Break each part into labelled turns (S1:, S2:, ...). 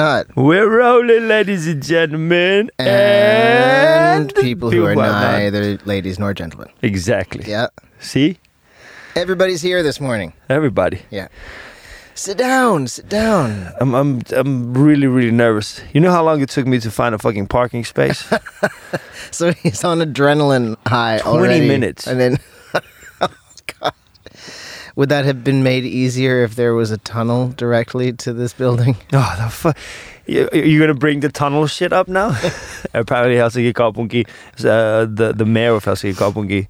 S1: Scott.
S2: We're rolling, ladies and gentlemen,
S1: And people who are
S2: people are not.
S1: neither ladies nor gentlemen.
S2: exactly.
S1: Yeah.
S2: See,
S1: Everybody's here this morning.
S2: everybody.
S1: Yeah. Sit down, sit down.
S2: I'm, I'm, I'm really, really nervous. You know how long it took me to find a fucking parking space?
S1: So he's on adrenaline high
S2: 20
S1: already.
S2: minutes.
S1: And then, oh, God. Would that have been made easier if there was a tunnel directly to this building?
S2: oh, the fuck. You, you're gonna bring the tunnel shit up now? Apparently, Helsinki Kaupunki, uh, the the mayor of Helsinki Kaupunki,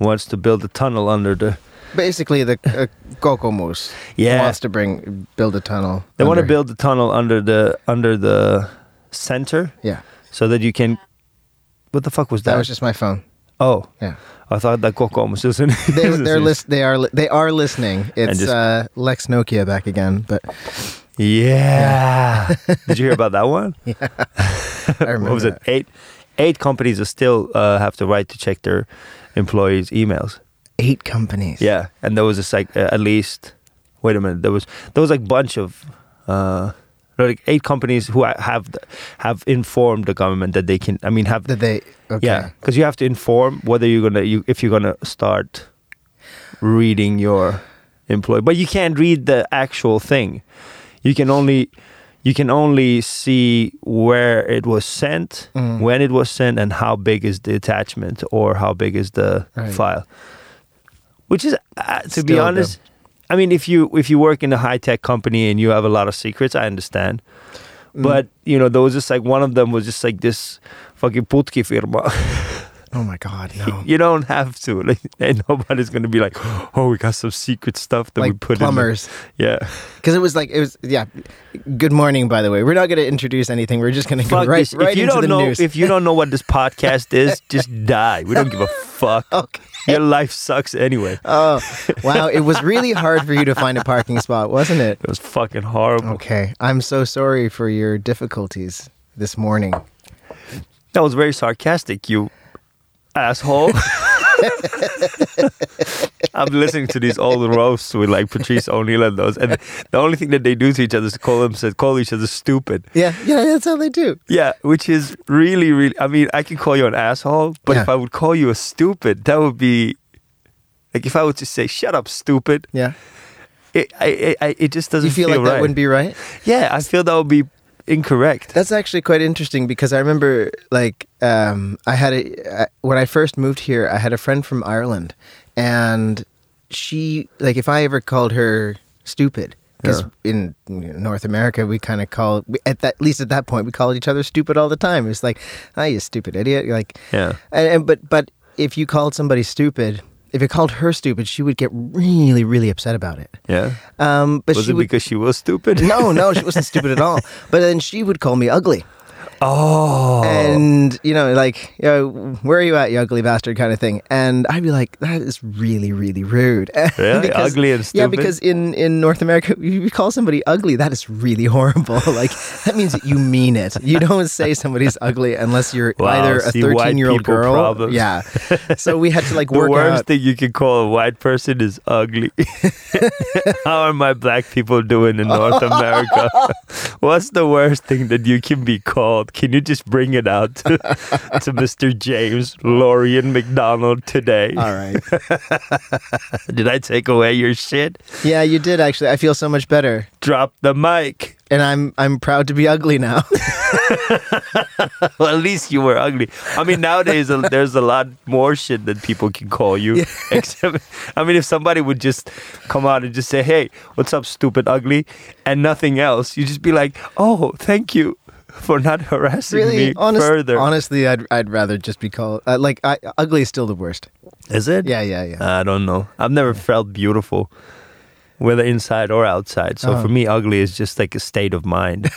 S2: wants to build a tunnel under the.
S1: Basically, the uh, Kokomus
S2: Yeah,
S1: wants to bring build a tunnel.
S2: they want to
S1: under-
S2: build the tunnel under the under the center
S1: Yeah,
S2: so that you can. What the fuck was that?
S1: that was just my phone.
S2: oh,
S1: Yeah,
S2: I thought that Kokomus is an.
S1: they,
S2: is-
S1: they're
S2: is-
S1: list. They are. Li- they are listening. It's
S2: just-
S1: uh, Lex Nokia back again, but
S2: Yeah. Did you hear about that one?
S1: I remember.
S2: what was
S1: that.
S2: it? Eight, eight companies are still uh, have the right to check their employees' emails.
S1: Eight companies.
S2: Yeah, and there was a like uh, at least. Wait a minute. There was there was like bunch of. Uh, there were, like eight companies who ha- have th- have informed the government that they can. I mean, have
S1: That they. Okay.
S2: yeah, because you have to inform whether you're gonna you if you're gonna start reading your employee, but you can't read the actual thing. You can only you can only see where it was sent,
S1: Mm.
S2: when it was sent, and how big is the attachment or how big is the
S1: Right.
S2: file. Which is, uh, to
S1: Still
S2: be
S1: dumb.
S2: honest, I mean, if you if you work in a high tech company and you have a lot of secrets, I understand.
S1: Mm.
S2: But you know, there was just like one of them was just like this fucking putki firma.
S1: Oh my God! No.
S2: you don't have to. Like, and nobody's gonna be like, oh, we got some secret stuff that we
S1: like
S2: put
S1: plumbers.
S2: in. the-" Yeah,
S1: Because it was like it was yeah. Good morning, by the way. We're not going to introduce anything. We're just going to go
S2: fuck
S1: right,
S2: this.
S1: right
S2: if you
S1: into
S2: don't
S1: the
S2: know,
S1: news.
S2: if you don't know what this podcast is, just die. We don't give a fuck.
S1: okay.
S2: Your life sucks anyway.
S1: Oh wow! It was really hard for you to find a parking spot, wasn't it?
S2: It was fucking horrible.
S1: Okay. I'm so sorry for your difficulties this morning.
S2: That was very sarcastic, you asshole. I'm listening to these old roasts with like Patrice O'Neill and those, and the only thing that they do to each other is call them said call each other stupid.
S1: Yeah, yeah, that's how they do.
S2: Yeah, which is really, really. I mean, I can call you an asshole, but if
S1: Yeah.
S2: I would call you a stupid, that would be like if I were to say "shut up, stupid."
S1: Yeah.
S2: It, I, I, I- it just doesn't
S1: You feel, like
S2: right.
S1: that wouldn't be right?
S2: Yeah, I feel that would be incorrect.
S1: That's actually quite interesting because I remember, like, um, I had a I, when I first moved here, I had a friend from Ireland, and she, like, if I ever called her stupid, because in you know, North America we kind of call we- at that at least at that point we called each other stupid all the time. It's like, ah, you stupid idiot, like,
S2: Yeah.
S1: And, and but but if you called somebody stupid, if you called her stupid, she would get really really upset about it.
S2: Yeah,
S1: Um, but
S2: was
S1: she
S2: it
S1: would.
S2: because she was stupid?
S1: no, no, she wasn't stupid at all. But then she would call me ugly
S2: Oh,
S1: and you know like you know, where are you at you ugly bastard kind of thing and i'd be like that is really really rude
S2: Really? Ugly and
S1: yeah
S2: stupid?
S1: because in in north america if you call somebody ugly that is really horrible like that means that you mean it you don't say somebody's ugly unless you're
S2: Wow,
S1: either a
S2: see, white
S1: 13 year old
S2: people
S1: girl
S2: problems.
S1: yeah so we had to like
S2: the
S1: work
S2: worst
S1: out
S2: thing you can call a white person is ugly. How are my black people doing in North America? What's the worst thing that you can be called? Can you just bring it out to, to Mr. James Lorian McDonald today?
S1: all right
S2: Did I take away your shit?
S1: yeah you did actually i feel so much better
S2: Drop the mic.
S1: and i'm i'm proud to be ugly now
S2: Well, at least you were ugly. I mean, nowadays uh, there's a lot more shit that people can call you. Except, I mean, if somebody would just come out and just say, "Hey, what's up, stupid ugly," and nothing else, you just be like, "Oh, thank you for not harassing me
S1: honest-
S2: further."
S1: honestly i'd i'd rather just be called uh, like I, ugly is still the worst
S2: Is it?
S1: Yeah, yeah, yeah.
S2: I don't know. I've never felt beautiful, whether inside or outside. So
S1: Uh-huh.
S2: for me, ugly is just like a state of mind.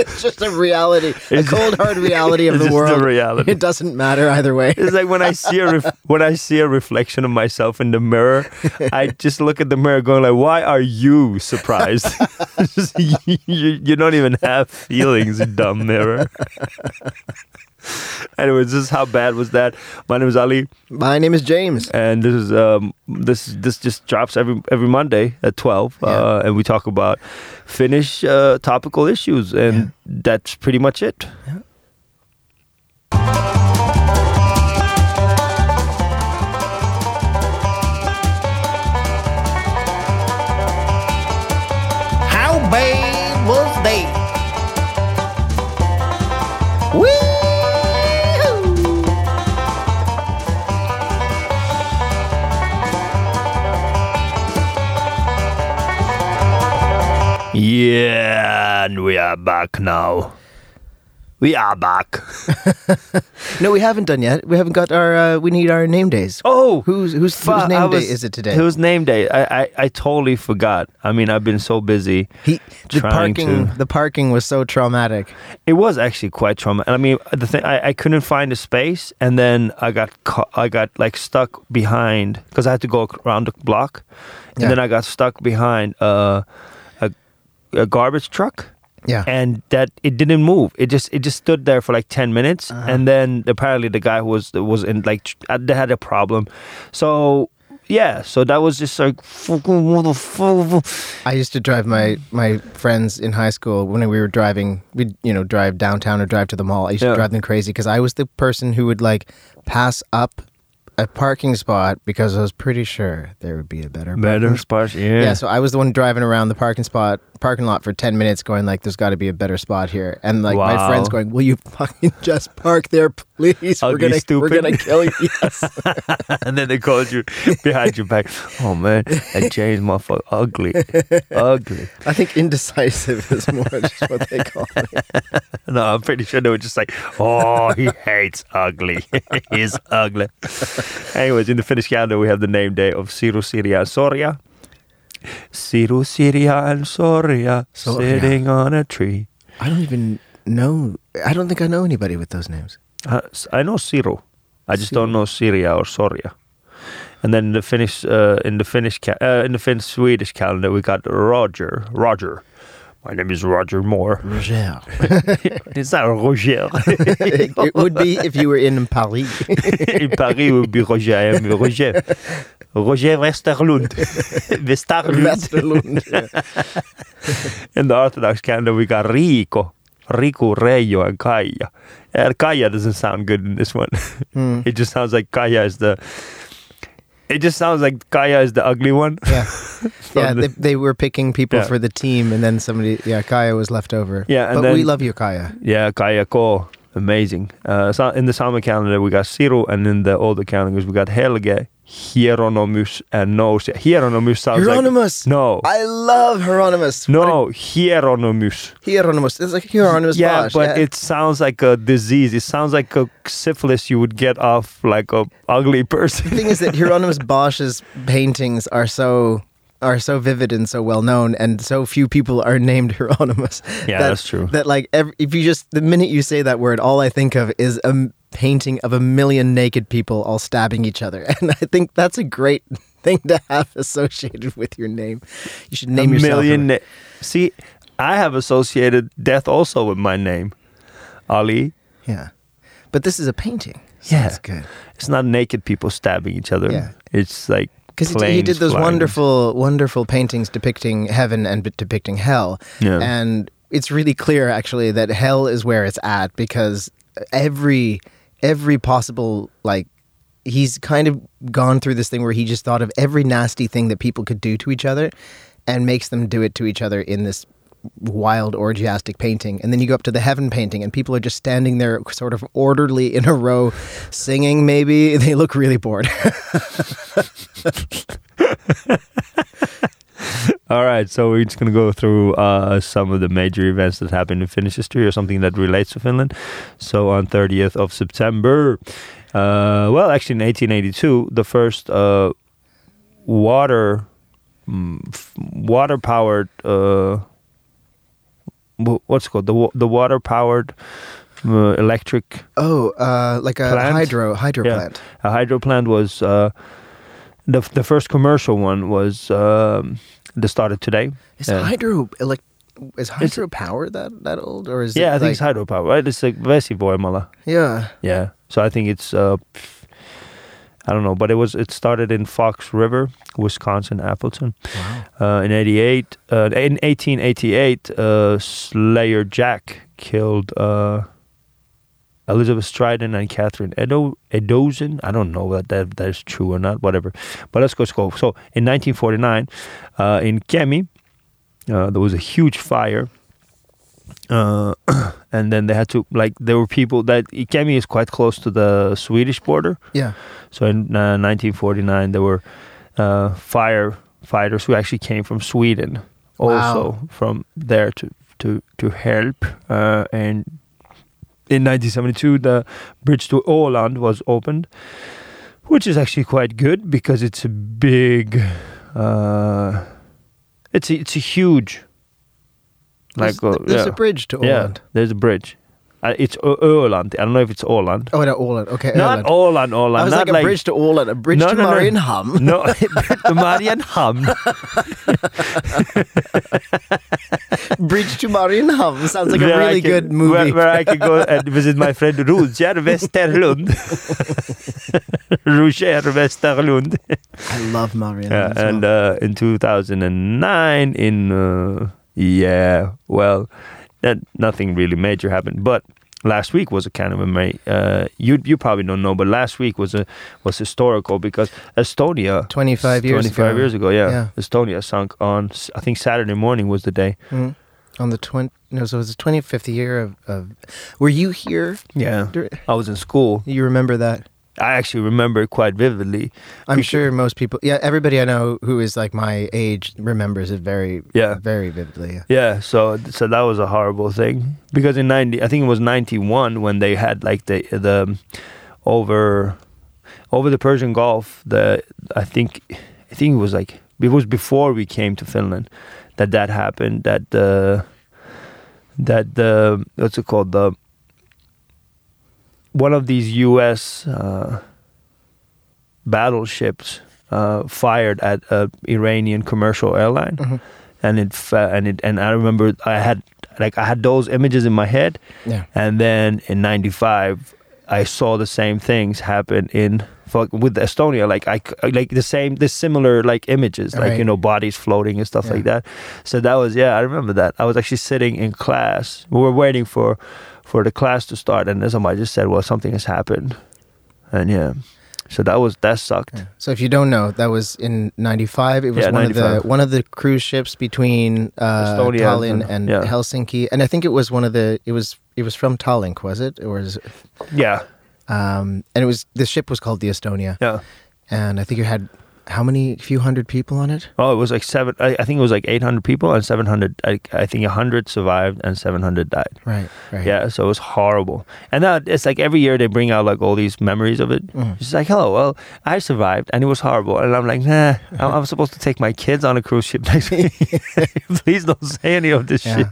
S1: it's just a reality, a
S2: It's-
S1: cold hard reality of
S2: it's
S1: the
S2: just the
S1: world.
S2: reality.
S1: It doesn't matter either way.
S2: It's like when I see a ref- when I see a reflection of myself in the mirror, I just look at the mirror, going like, "Why are you surprised? you, you don't even have feelings, you dumb mirror." Anyways, this is how bad was that. My name is Ali,
S1: My name is James.
S2: and this is um this this just drops every every Monday at twelve, uh, and we talk about Finnish uh, topical issues, and that's pretty much it.
S1: How bad was they? Woo!
S2: Yeah, and we are back now. We are back.
S1: No, we haven't done yet. We haven't got our. Uh, we need our name days.
S2: Oh,
S1: Who's who's
S2: Fuck,
S1: whose
S2: I
S1: name
S2: was-
S1: day is it today?
S2: Whose name day? I, I, I totally forgot. I mean, I've been so busy.
S1: He, the
S2: Trying
S1: parking.
S2: to-
S1: The parking was so traumatic.
S2: It was actually quite trauma. I mean, the thing I, I couldn't find a space, and then I got ca- I got like stuck behind because I had to go around the block, and
S1: Yeah.
S2: then I got stuck behind uh, a a garbage truck.
S1: Yeah.
S2: and that it didn't move. It just it just stood there for like ten minutes, and then apparently the guy who was was in like tr- uh, they had a problem. So yeah, so that was just like fucking motherfucker.
S1: I used to drive my my friends in high school when we were driving. We'd you know drive downtown or drive to the mall. I used
S2: Yeah.
S1: to drive them crazy because I was the person who would like pass up a parking spot because I was pretty sure there would be a better
S2: better
S1: parking
S2: sparse.
S1: Yeah. so I was the one driving around the parking spot, parking lot for ten minutes, going like, "There's got to be a better spot here," and like
S2: Wow.
S1: my friends going, "Will you fucking just park there, please?
S2: Ugly
S1: we're gonna
S2: stupid."
S1: we're gonna kill you." Yes.
S2: and then they called you behind your back. Oh man, that James motherfucker ugly, ugly.
S1: I think indecisive is more just what they call it.
S2: No, I'm pretty sure they were just like, oh, he hates ugly. He's ugly. Anyways, in the Finnish calendar, we have the name day of Siru, Siria, and Soria. Siru, Siria, and Soria,
S1: Soria.
S2: sitting on a tree.
S1: I don't even know. I don't think I know anybody with those names.
S2: Uh, s- I know Siru. I just don't know Syria or Soria. And then the Finnish, uh, in the Finnish, ca- uh, in the Finn Swedish calendar, we got Roger. Roger. My name is Roger Moore.
S1: Roger.
S2: it's not Roger.
S1: it, it would be if you were in Paris.
S2: in Paris would be Roger. I am Roger. Roger Westerlund. Westerlund.
S1: Westerlund. Yeah.
S2: In the Orthodox calendar, we got Rico. Riku, Reijo, and Kaija. And Kaija doesn't sound good in this one.
S1: Hmm.
S2: It just sounds like Kaija is the. It just sounds like Kaija is the ugly one.
S1: yeah. Yeah,
S2: the-
S1: they, they were picking people
S2: Yeah.
S1: for the team, and then somebody, yeah, Kaya was left over.
S2: Yeah, and
S1: but we
S2: then-
S1: love you, Kaya.
S2: Yeah, Kaija Ko. Amazing. Uh, so in the summer calendar, we got Siru, and in the older calendars, we got Helge, Hieronymus, and Nousia. Hieronymus sounds
S1: Hieronymus.
S2: like. No.
S1: I love Hieronymus.
S2: No, Hieronymus.
S1: Hieronymus. It's like Hieronymus
S2: Yeah,
S1: Bosch.
S2: but it sounds like a disease. It sounds like a syphilis you would get off like a ugly
S1: the
S2: person.
S1: thing is that Hieronymus Bosch's paintings are so are so vivid and so well known, and so few people are named Hieronymus.
S2: Yeah,
S1: that,
S2: that's true.
S1: That like every, if you just the minute you say that word, all I think of is a m- painting of a million naked people all stabbing each other, and I think that's a great thing to have associated with your name. You should name
S2: a
S1: yourself
S2: million. Na- See, I have associated death also with my name, Ali.
S1: Yeah, but this is a painting. So
S2: Yeah.
S1: that's good.
S2: It's not naked people stabbing each other.
S1: Yeah.
S2: It's like
S1: because he, he did
S2: planes
S1: those
S2: flying.
S1: wonderful, wonderful paintings depicting heaven and b- depicting hell.
S2: Yeah.
S1: And it's really clear, actually, that hell is where it's at because every every possible like he's kind of gone through this thing where he just thought of every nasty thing that people could do to each other and makes them do it to each other in this wild orgiastic painting and then you go up to the heaven painting and people are just standing there sort of orderly in a row singing maybe they look really bored
S2: All right, so we're just gonna go through uh, some of the major events that happened in Finnish history or something that relates to Finland. So on 30th of September, uh, well, actually in 1882, the first uh, water mm, f- water powered uh, wh- what's it called the wa- the water powered uh, electric
S1: Oh, uh, like a
S2: Plant?
S1: hydro hydro
S2: Yeah.
S1: plant.
S2: A hydro plant was uh, the the first commercial one was um, that started today.
S1: Is
S2: Yeah.
S1: hydro elect is hydropower that that old or is
S2: yeah, I
S1: it
S2: think it's
S1: like-
S2: hydropower, right? It's like vesivoimala.
S1: yeah
S2: Yeah. So I think it's uh I don't know, but it was it started in Fox River, Wisconsin, Appleton.
S1: wow
S2: Uh, in 88, uh, in 1888, uh, Slayer Jack killed uh, Elizabeth Striden and Catherine Edo- Edozen. I don't know that, that that is true or not, whatever. But let's go. let's go. So in 1949, uh, in Kemi, uh, there was a huge fire. Uh, and then they had to like there were people that Kemi is quite close to the Swedish border,
S1: yeah
S2: so in uh, 1949, there were uh, firefighters who actually came from Sweden, also from there to to to help. Uh, and in 1972, the bridge to Åland was opened, which is actually quite good because it's a big, uh, it's a, it's a huge,
S1: there's,
S2: uh,
S1: there's
S2: yeah.
S1: a bridge to
S2: Yeah,
S1: Åland
S2: there's a bridge. Uh, it's Ö- Åland. I don't know if it's Åland.
S1: oh no Åland okay
S2: Not
S1: Åland.
S2: Åland, Åland.
S1: I was
S2: not
S1: like a bridge to Åland a bridge
S2: No,
S1: to
S2: no, no.
S1: Marienham
S2: No, the Marienhamn.
S1: bridge to Marienham sounds like a
S2: Where I
S1: really
S2: can-
S1: good movie
S2: Where, where I can go and visit my friend Roger Westerlund. Roger Westerlund.
S1: I love Marienham
S2: Yeah,
S1: as well.
S2: and uh, in 2009, in uh, yeah, well, that nothing really major happened, but. Last week was a kind of a ma- uh, you you probably don't know, but last week was a was historical because Estonia
S1: 25 years
S2: 25
S1: ago.
S2: years ago, yeah,
S1: Yeah.
S2: Estonia sunk on s- I think Saturday morning was the day.
S1: Mm. On the twenty, no, so it was the twenty fifth year of, of. Were you here?
S2: Yeah,
S1: dur-
S2: I was in school.
S1: You remember that?
S2: I actually remember it quite vividly.
S1: I'm
S2: Because-
S1: sure most people, yeah, everybody I know who is like my age remembers it very,
S2: Yeah.
S1: very vividly. Yeah.
S2: Yeah, so so that was a horrible thing because in ninety, I think it was ninety one when they had like the the um, over over the Persian Gulf. The I think I think it was like it was before we came to Finland that that happened. That the that the what's it called the one of these U.S. Uh, battleships uh, fired at a Iranian commercial airline
S1: Mhm.
S2: and it fa- and it and I remember I had like I had those images in my head,
S1: Yeah.
S2: and then in '95 I saw the same things happen in fuck with Estonia, like I c- like the same the similar like images, like you
S1: Right.
S2: know bodies floating and stuff
S1: Yeah.
S2: like that. So that was yeah, I remember that. I was actually sitting in class. We were waiting for for the class to start, and then somebody just said, "Well, something has happened," and yeah. So that was that sucked.
S1: Yeah. So if you don't know, that was in '95. It was
S2: Yeah,
S1: one of
S2: 95.
S1: the one of the cruise ships between uh,
S2: Estonia
S1: Tallinn
S2: and-
S1: and
S2: yeah.
S1: Helsinki, and I think it was one of the. It was it was from Tallinn, was it? Or was,
S2: Yeah,
S1: um, and it was the ship was called the Estonia,
S2: yeah.
S1: and I think it had how many few hundred people on it?
S2: Oh, it was like seven. I, I think it was like eight hundred people, and seven hundred. I, I think hundred survived, and seven hundred died.
S1: Right. Right.
S2: Yeah, so it was horrible. And now it's like every year they bring out like all these memories of it.
S1: Mhm.
S2: It's like, hello, well, I survived, and it was horrible. And I'm like, nah, I'm, I'm supposed to take my kids on a cruise ship next week. Please don't say any of this
S1: Yeah.
S2: shit.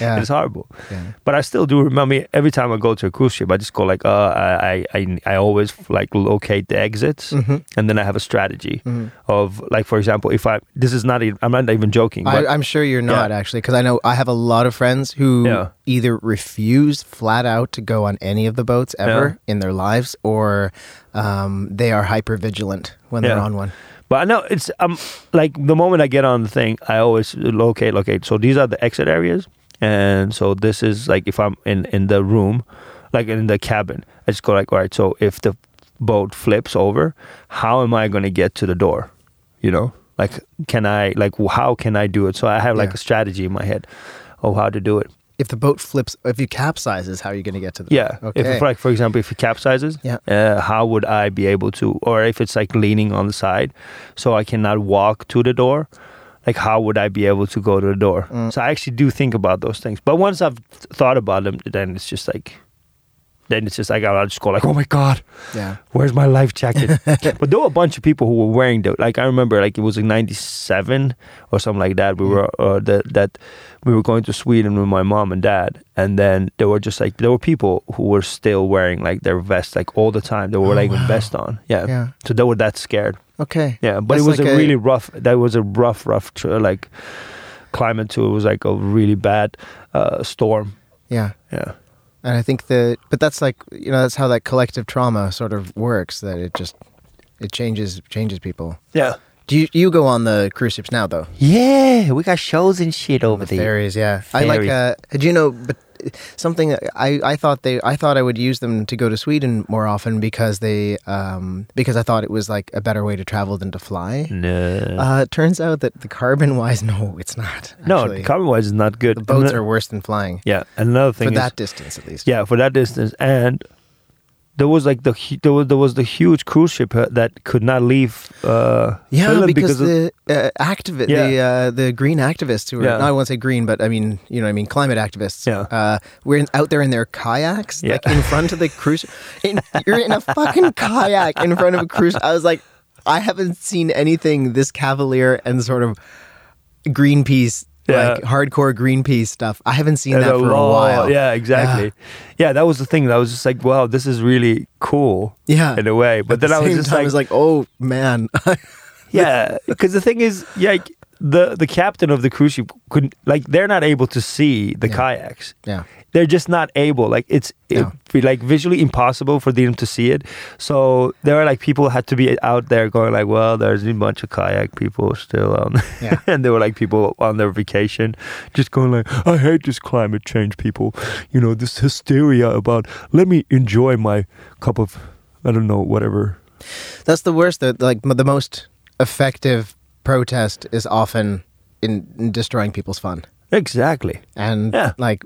S1: Yeah.
S2: It's horrible.
S1: yeah.
S2: But I still do remember. I mean, Every time I go to a cruise ship, I just go like, uh, I, I, I, I always like locate the exits,
S1: Mhm.
S2: and then I have a strategy
S1: Mhm.
S2: of like, for example, if I this is not, even, I'm not even joking.
S1: I,
S2: but-
S1: I'm sure you're not actually, because I know I have a lot of friends who
S2: Yeah.
S1: either refuse flat out to go on any of the boats ever in their lives, or um, they are hyper vigilant when they're
S2: Yeah.
S1: on one.
S2: But I know it's um like the moment I get on the thing, I always locate, locate. So these are the exit areas, and so this is like if I'm in in the room, like in the cabin, I just go like, all right. So if the boat flips over, how am I going to get to the door? You know, like can I like how can I do it? So I have like
S1: Yeah.
S2: a strategy in my head of how to do it.
S1: If the boat flips, if you capsizes, how are you going to get to the
S2: Yeah.
S1: Okay.
S2: If like for example, if it capsizes,
S1: Yeah.
S2: uh, how would I be able to? Or if it's like leaning on the side, so I cannot walk to the door. Like how would I be able to go to the door?
S1: Mm.
S2: So I actually do think about those things. But once I've th- thought about them, then it's just like, then it's just like I'll just go like, oh my god,
S1: yeah.
S2: where's my life jacket? but there were a bunch of people who were wearing the like I remember like it was in '97 or something like that. We were
S3: Mm-hmm.
S2: uh, that that we were going to Sweden with my mom and dad, and then there were just like there were people who were still wearing like their vest like all the time. They were
S3: Oh,
S2: like with vest on, yeah.
S1: Yeah.
S2: So they were that scared,
S1: Okay.
S2: yeah. But
S1: That's
S2: it was
S1: like
S2: a really rough. That was a rough, rough tr- like climate too. It was like a really bad uh, storm.
S1: Yeah.
S2: Yeah.
S1: And I think that, but that's like you know that's how that collective trauma sort of works. That it just it changes changes people.
S2: Yeah.
S1: Do you you go on the cruise ships now though?
S3: Yeah, we got shows and shit over there.
S1: Ferries, yeah. I like.
S3: Ferries.
S1: Uh, do you know? But something I I thought they I thought I would use them to go to Sweden more often because they um because I thought it was like a better way to travel than to fly.
S2: Mm. No.
S1: Uh, it turns out that the carbon wise, no, it's not.
S2: no,
S1: actually.
S2: carbon wise is not good.
S1: the boats
S2: Ano-
S1: are worse than flying
S2: Yeah. Another thing
S1: for
S2: is,
S1: that distance at least.
S2: yeah, for that distance, and there was like the hu- there was, there was the huge cruise ship uh, that could not leave. Uh,
S1: Yeah,
S2: Finland
S1: because,
S2: of-
S1: the uh, activi- the
S2: Yeah.
S1: uh, the green activists who are
S2: Yeah.
S1: I won't say green, but I mean you know what I mean climate activists.
S2: Yeah.
S1: uh, we're in, out there in their kayaks,
S2: Yeah.
S1: like in front of the cruise. In, you're in a fucking kayak in front of a cruise. I was like, I haven't seen anything this cavalier and sort of Greenpeace.
S2: Yeah.
S1: Like hardcore Greenpeace stuff. I haven't seen
S2: and
S1: that
S2: the
S1: for a
S2: law-
S1: while.
S2: Yeah, exactly. Yeah. that was the thing. That I was just like, wow, this is really cool.
S1: Yeah.
S2: in a way. But
S1: At
S2: then
S1: the
S2: I was
S1: same
S2: just
S1: time, I
S2: like,
S1: was like, oh man,
S2: yeah, because the thing is, yeah, like the the captain of the cruise ship couldn't like they're not able to see the kayaks.
S1: yeah,
S2: They're just not able. Like it's it,
S1: No.
S2: be, like visually impossible for them to see it. So there were like people had to be out there going like, well, there's a bunch of kayak people still on,
S1: Yeah.
S2: and there were like people on their vacation just going like, I hate this climate change people. You know this hysteria about let me enjoy my cup of I don't know whatever.
S1: That's the worst. Though, like m- the most effective protest is often in, in destroying people's fun,
S2: Exactly.
S1: and
S2: Yeah.
S1: like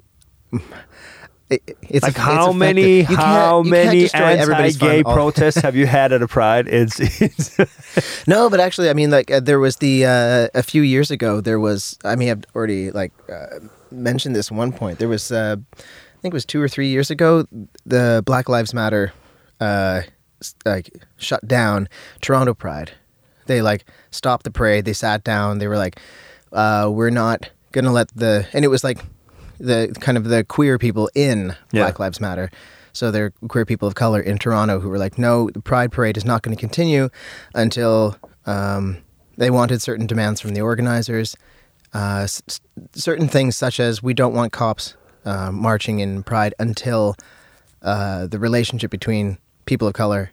S1: it, it's
S2: like
S1: eff-
S2: how
S1: it's
S2: many
S1: effective. You can't-
S2: how
S1: you can't
S2: many
S1: destroy everybody's fun Oh.
S2: anti-gay
S1: all-
S2: protests have you had at a pride? It's, it's
S1: No, but actually, I mean, like uh, there was the uh, a few years ago. There was I mean, I've already like uh, mentioned this one point. There was uh, I think it was two or three years ago. The Black Lives Matter uh, s- like shut down Toronto Pride. They like stopped the parade. They sat down. They were like, uh, "We're not gonna let the," and it was like the kind of the queer people in
S2: Yeah.
S1: Black Lives Matter. So there are queer people of color in Toronto who were like, no, the Pride Parade is not going to continue until um, they wanted certain demands from the organizers, uh, s- s- certain things such as we don't want cops uh, marching in Pride until uh, the relationship between people of color,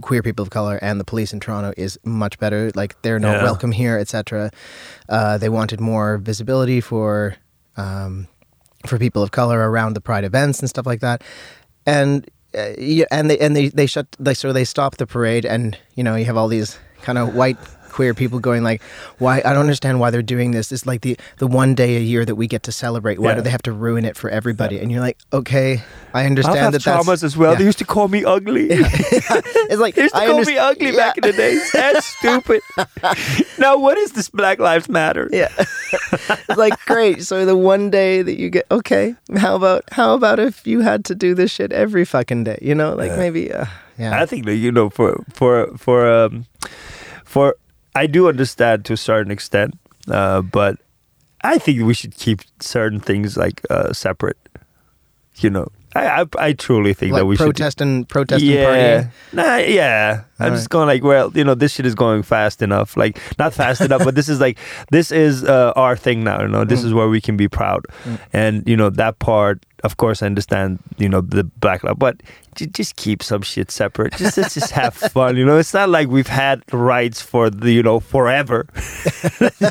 S1: queer people of color, and the police in Toronto is much better. Like they're not
S2: Yeah.
S1: welcome here, etc. Uh, they wanted more visibility for um, for people of color around the pride events and stuff like that. And uh, yeah, and they and they they shut they so they stopped the parade, and you know you have all these kind of white queer people going like why i don't understand why they're doing this it's like the the one day a year that we get to celebrate why
S2: Yeah.
S1: do they have to ruin it for everybody and you're like okay i
S2: I
S1: understand
S2: have
S1: that that's
S2: traumas as well.
S1: yeah.
S2: They used to call me ugly.
S1: it's like
S2: they used to
S1: I
S2: call
S1: underst-
S2: me ugly
S1: yeah,
S2: back in the days. That's stupid. now what is this Black Lives Matter?
S1: Yeah. It's like great. So the one day that you get okay, how about how about if you had to do this shit every fucking day? You know, like maybe uh, yeah.
S2: I think that you know for for for um for I do understand to a certain extent, uh, but I think we should keep certain things like uh, separate. You know, I I, I truly think
S1: like
S2: that we should
S1: protest and protest and
S2: yeah.
S1: partying.
S2: Nah, yeah. I'm
S1: Alright.
S2: just going like, well, you know, this shit is going fast enough. Like, not fast enough, but this is like, this is uh, our thing now. You know, this is where we can be proud. And you know that part. Of course, I understand. You know the black lab, but j- just keep some shit separate. Just let's just have fun. You know, it's not like we've had rights for the you know forever.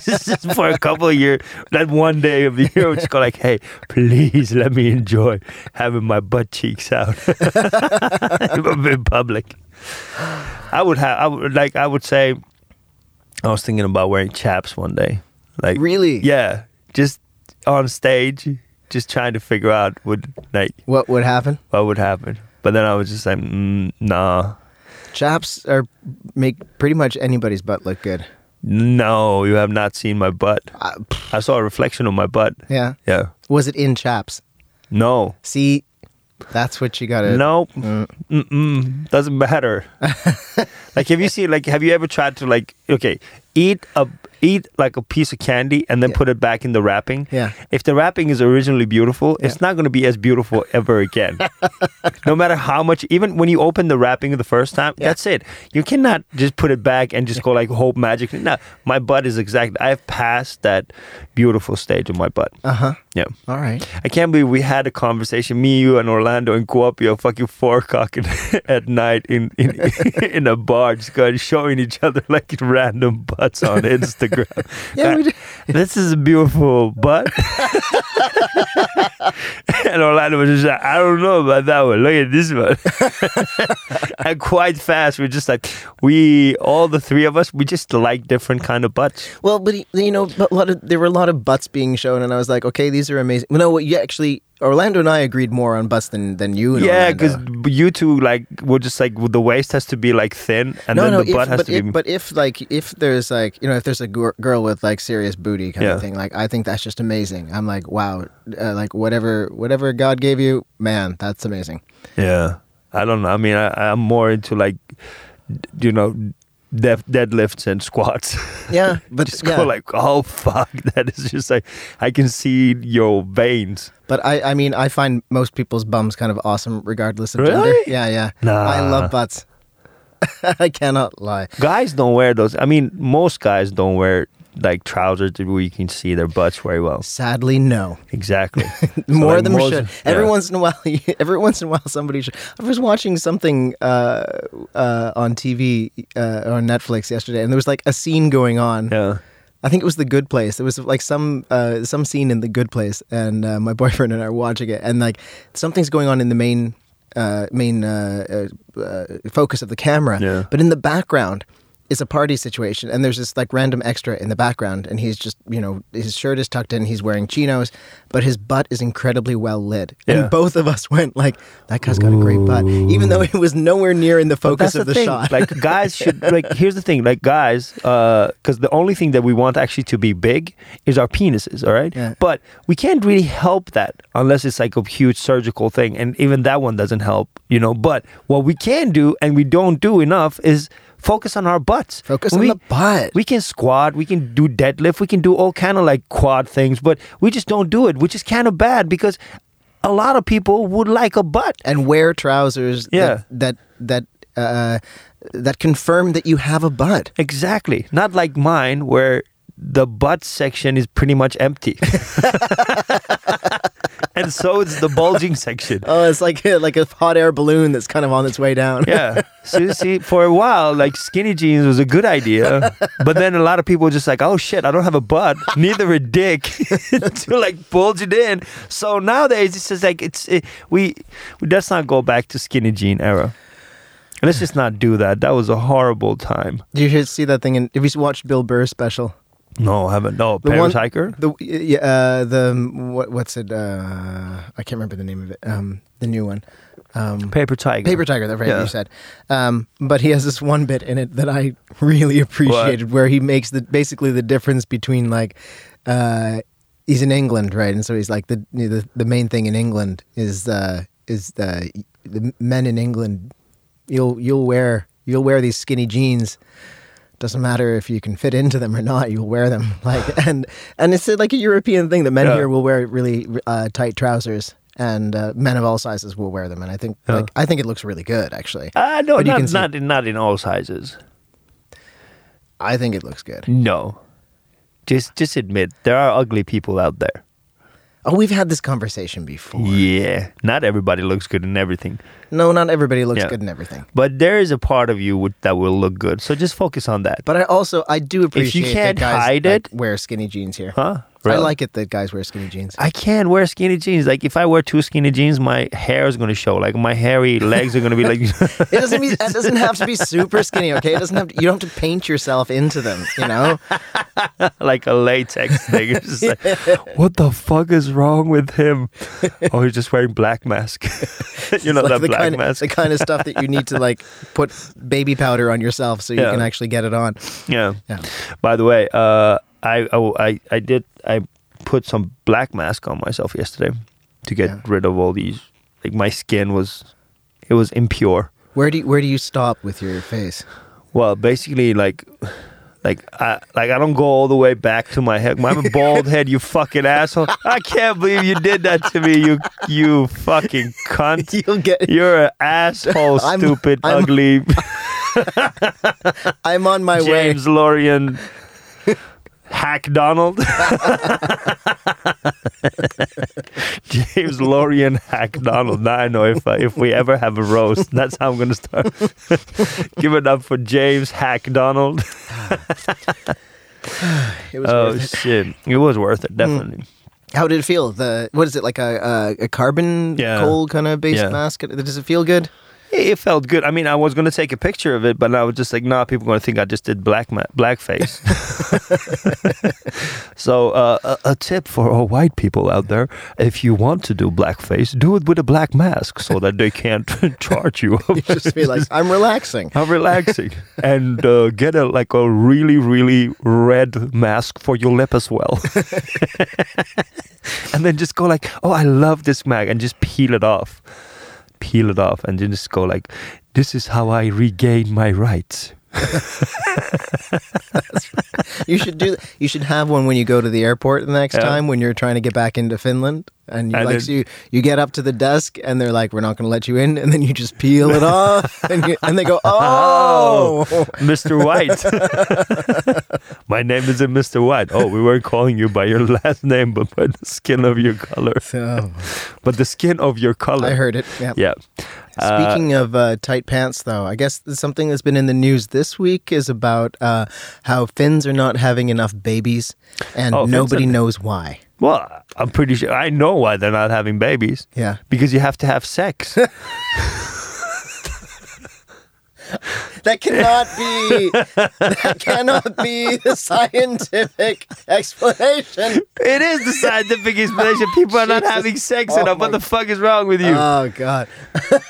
S2: this is for a couple of years. That one day of the year, we just go like, hey, please let me enjoy having my butt cheeks out in public. I would have. I would like. I would say. I was thinking about wearing chaps one day. Like
S1: Really?
S2: Yeah, just on stage, just trying to figure out what like
S1: What would happen?
S2: what would happen. But then I was just like, mm, nah,
S1: Chaps are make pretty much anybody's butt look good.
S2: no, you have not seen my butt.
S1: Uh, pff,
S2: I saw a reflection of my butt.
S1: yeah.
S2: Yeah.
S1: Was it in chaps?
S2: No.
S1: See, that's what you gotta.
S2: Nope.
S1: Uh.
S2: Mm-mm. Doesn't matter. like, have you seen? Like, have you ever tried to like? Okay, eat a eat like a piece of candy and then
S1: Yeah.
S2: put it back in the wrapping.
S1: Yeah.
S2: If the wrapping is originally beautiful, it's
S1: Yeah.
S2: not going to be as beautiful ever again. no matter how much, even when you open the wrapping the first time,
S1: Yeah.
S2: that's it. You cannot just put it back and just go like hope magic. No, my butt is exact. I've passed that beautiful stage of my butt.
S1: Uh huh.
S2: Yeah.
S1: All right.
S2: I can't believe we had a conversation, me, you, and Orlando and Kuopio, fucking four o'clock in, at night in in, in a bar, just going showing each other like random butts on Instagram.
S1: Yeah, we
S2: God, this is a beautiful butt. and Orlando was just like, I don't know about that one. Look at this one. and quite fast, we're just like, we all the three of us, we just like different kind of butts.
S1: Well, but y- you know, but a lot of, there were a lot of butts being shown, and I was like, okay, these are amazing. Well, no, what you actually, Orlando and I agreed more on butts than than you. And uh,
S2: Yeah, because
S1: Orlando.
S2: you two like were just like the waist has to be like thin, and
S1: no,
S2: then
S1: no,
S2: the
S1: if-
S2: butt has
S1: but
S2: to
S1: if,
S2: be.
S1: but if like if there's like you know if there's a gir- girl with like serious booty kind
S2: Yeah.
S1: of thing, like I think that's just amazing. I'm like, wow, uh, like whatever whatever God gave you, man, that's amazing.
S2: yeah, I don't know. I mean, I, I'm more into like, d- you know, def, deadlifts and squats.
S1: Yeah, but
S2: just
S1: yeah,
S2: go like, oh fuck, that is just like I can see your veins.
S1: but I I mean I find most people's bums kind of awesome regardless of gender.
S2: Really?
S1: Yeah, yeah.
S2: Nah.
S1: I love butts. I cannot lie.
S2: Guys don't wear those. I mean, most guys don't wear like trousers where you can see their butts very well.
S1: Sadly, no.
S2: Exactly. So,
S1: More
S2: like,
S1: of them
S2: most-
S1: should.
S2: yeah.
S1: Every once in a while, every once in a while, somebody should. I was watching something uh, uh, on TV uh, on Netflix yesterday, and there was like a scene going on.
S2: Yeah.
S1: I think it was The Good Place. There was like some uh, some scene in The Good Place, and uh, my boyfriend and I were watching it, and like something's going on in the main uh, main uh, uh, uh, focus of the camera.
S2: Yeah.
S1: But in the background is a party situation, and there's this like random extra in the background, and he's just you know his shirt is tucked in, he's wearing chinos, but his butt is incredibly well lit,
S2: Yeah.
S1: and both of us went like, "That guy's got a great butt," even though it was nowhere near in the focus of the,
S2: thing.
S1: shot.
S2: Like guys should like. Here's the thing. Like guys, because the only thing that we want actually to be big is our penises. All right,
S1: Yeah.
S2: but we can't really help that unless it's like a huge surgical thing, and even that one doesn't help. You know. But what we can do, and we don't do enough, is focus on our butts.
S1: Focus
S2: When
S1: on
S2: we-
S1: the butt.
S2: We can squat. We can do deadlift. We can do all kind of like quad things, but we just don't do it, which is kind of bad because. A lot of people would like a butt.
S1: and wear trousers
S2: Yeah.
S1: that that that, uh, that confirm that you have a butt.
S2: Exactly. Not like mine, where the butt section is pretty much empty. and so is the bulging section.
S1: Oh, it's like like a hot air balloon that's kind of on its way down.
S2: Yeah. So you see, for a while, like skinny jeans was a good idea. But then a lot of people were just like, oh shit, I don't have a butt, neither a dick to like bulge it in. So nowadays, it's just like, it's, it, we, we, let's not go back to skinny jean era. Let's just not do that. That was a horrible time.
S1: Did you hear- see that thing? In, have you watched Bill Burr's special?
S2: No, I haven't. No,
S1: The
S2: Paris
S1: one-
S2: Hiker?
S1: The yeah, uh, the um, what what's it? Uh, I can't remember the name of it. Um, the new one. Um,
S2: Paper Tiger.
S1: Paper Tiger, that's right,
S2: Yeah.
S1: you said. Um, but he has this one bit in it that I really appreciated where he makes the basically the difference between like uh, he's in England, right? And so he's like the you know, the, the main thing in England is uh, is the the men in England you'll you'll wear you'll wear these skinny jeans doesn't matter if you can fit into them or not you'll wear them like and and it's like a european thing that men
S2: Yeah.
S1: here will wear really uh, tight trousers and uh, men of all sizes will wear them and i think like i think it looks really good actually
S2: Uh, no,
S1: But you
S2: not,
S1: can see-
S2: not, in, not in all sizes.
S1: i think it looks good
S2: No. Just just admit there are ugly people out there.
S1: oh we've had this conversation before
S2: Yeah. Not everybody looks good in everything.
S1: no not everybody looks
S2: Yeah.
S1: good in everything
S2: But there is a part of you with, that will look good. So just focus on that.
S1: but i also i do appreciate
S2: can't
S1: that guys
S2: hide
S1: like,
S2: it-
S1: wear skinny jeans here
S2: Huh?
S1: i
S2: Really?
S1: like it that guys wear skinny jeans
S2: I can't wear skinny jeans. Like if I wear two skinny jeans, my hair is gonna show. Like my hairy legs are gonna be like
S1: It doesn't mean that doesn't have to be super skinny, okay? It doesn't have to, you don't have to paint yourself into them, you know?
S2: like a latex thing. It's just like, what the fuck is wrong with him? Oh, he's just wearing black mask. you know
S1: It's like
S2: that
S1: the
S2: black
S1: kind
S2: mask.
S1: Of, the kind of stuff that you need to like put baby powder on yourself so you
S2: Yeah.
S1: can actually get it on.
S2: Yeah.
S1: Yeah.
S2: By the way, uh, I, oh, I I did I put some black mask on myself yesterday to get
S1: Yeah.
S2: rid of all these. Like my skin was, it was impure.
S1: Where do you, where do you stop with your face?
S2: Well, basically, like Like I like I don't go all the way back to my head. I'm a bald head, you fucking asshole. I can't believe you did that to me, you you fucking cunt.
S1: You'll get.
S2: You're an asshole,
S1: I'm-
S2: stupid,
S1: I'm-
S2: ugly
S1: I'm on my way.
S2: James Lorian Hack Donald. James Lorian Hack Donald. Now I know if I, if we ever have a roast, that's how I'm gonna start. Give it up for James Hack Donald.
S1: It was
S2: Oh
S1: worth it.
S2: shit, it was worth it, definitely.
S1: How did it feel? The what is it like a a, a carbon
S2: Yeah.
S1: coal kind of based
S2: Yeah.
S1: mask? Does it feel good?
S2: It it felt good. I mean, I was gonna take a picture of it, but I was just like, nah, people gonna think I just did black ma- blackface. so, uh, a, a tip for all white people out there: if you want to do blackface, do it with a black mask so that they can't charge you.
S1: Just be like, I'm relaxing.
S2: How relaxing! and uh, get a like a really really red mask for your lip as well. and then just go like, oh, I love this mag, and just peel it off, peel it off, and then just go like, this is how I regain my rights.
S1: You should do. You should have one when you go to the airport the next
S2: Yeah.
S1: time when you're trying to get back into Finland, and you
S2: And
S1: like
S2: it-
S1: you you get up to the desk and they're like, "We're not going to let you in," and then you just peel it off, and, you, and they go, "Oh,
S2: Mr. White. my name isn't Mr. White. Oh, we weren't calling you by your last name, but by the skin of your color.
S1: so
S2: But the skin of your color.
S1: I heard it." Yeah.
S2: Yeah. Uh,
S1: Speaking of uh, tight pants, though, I guess there's something that's been in the news this week is about uh, how Finns are not having enough babies, and
S2: Oh, Finns
S1: nobody
S2: are-
S1: knows why.
S2: Well, I'm pretty sure I know why they're not having babies.
S1: Yeah.
S2: Because you have to have sex.
S1: That cannot be. that cannot be the scientific explanation.
S2: it is the scientific explanation. People are not
S1: Jesus.
S2: having sex
S1: Oh
S2: enough. What
S1: my-
S2: the fuck is wrong with you?
S1: Oh God!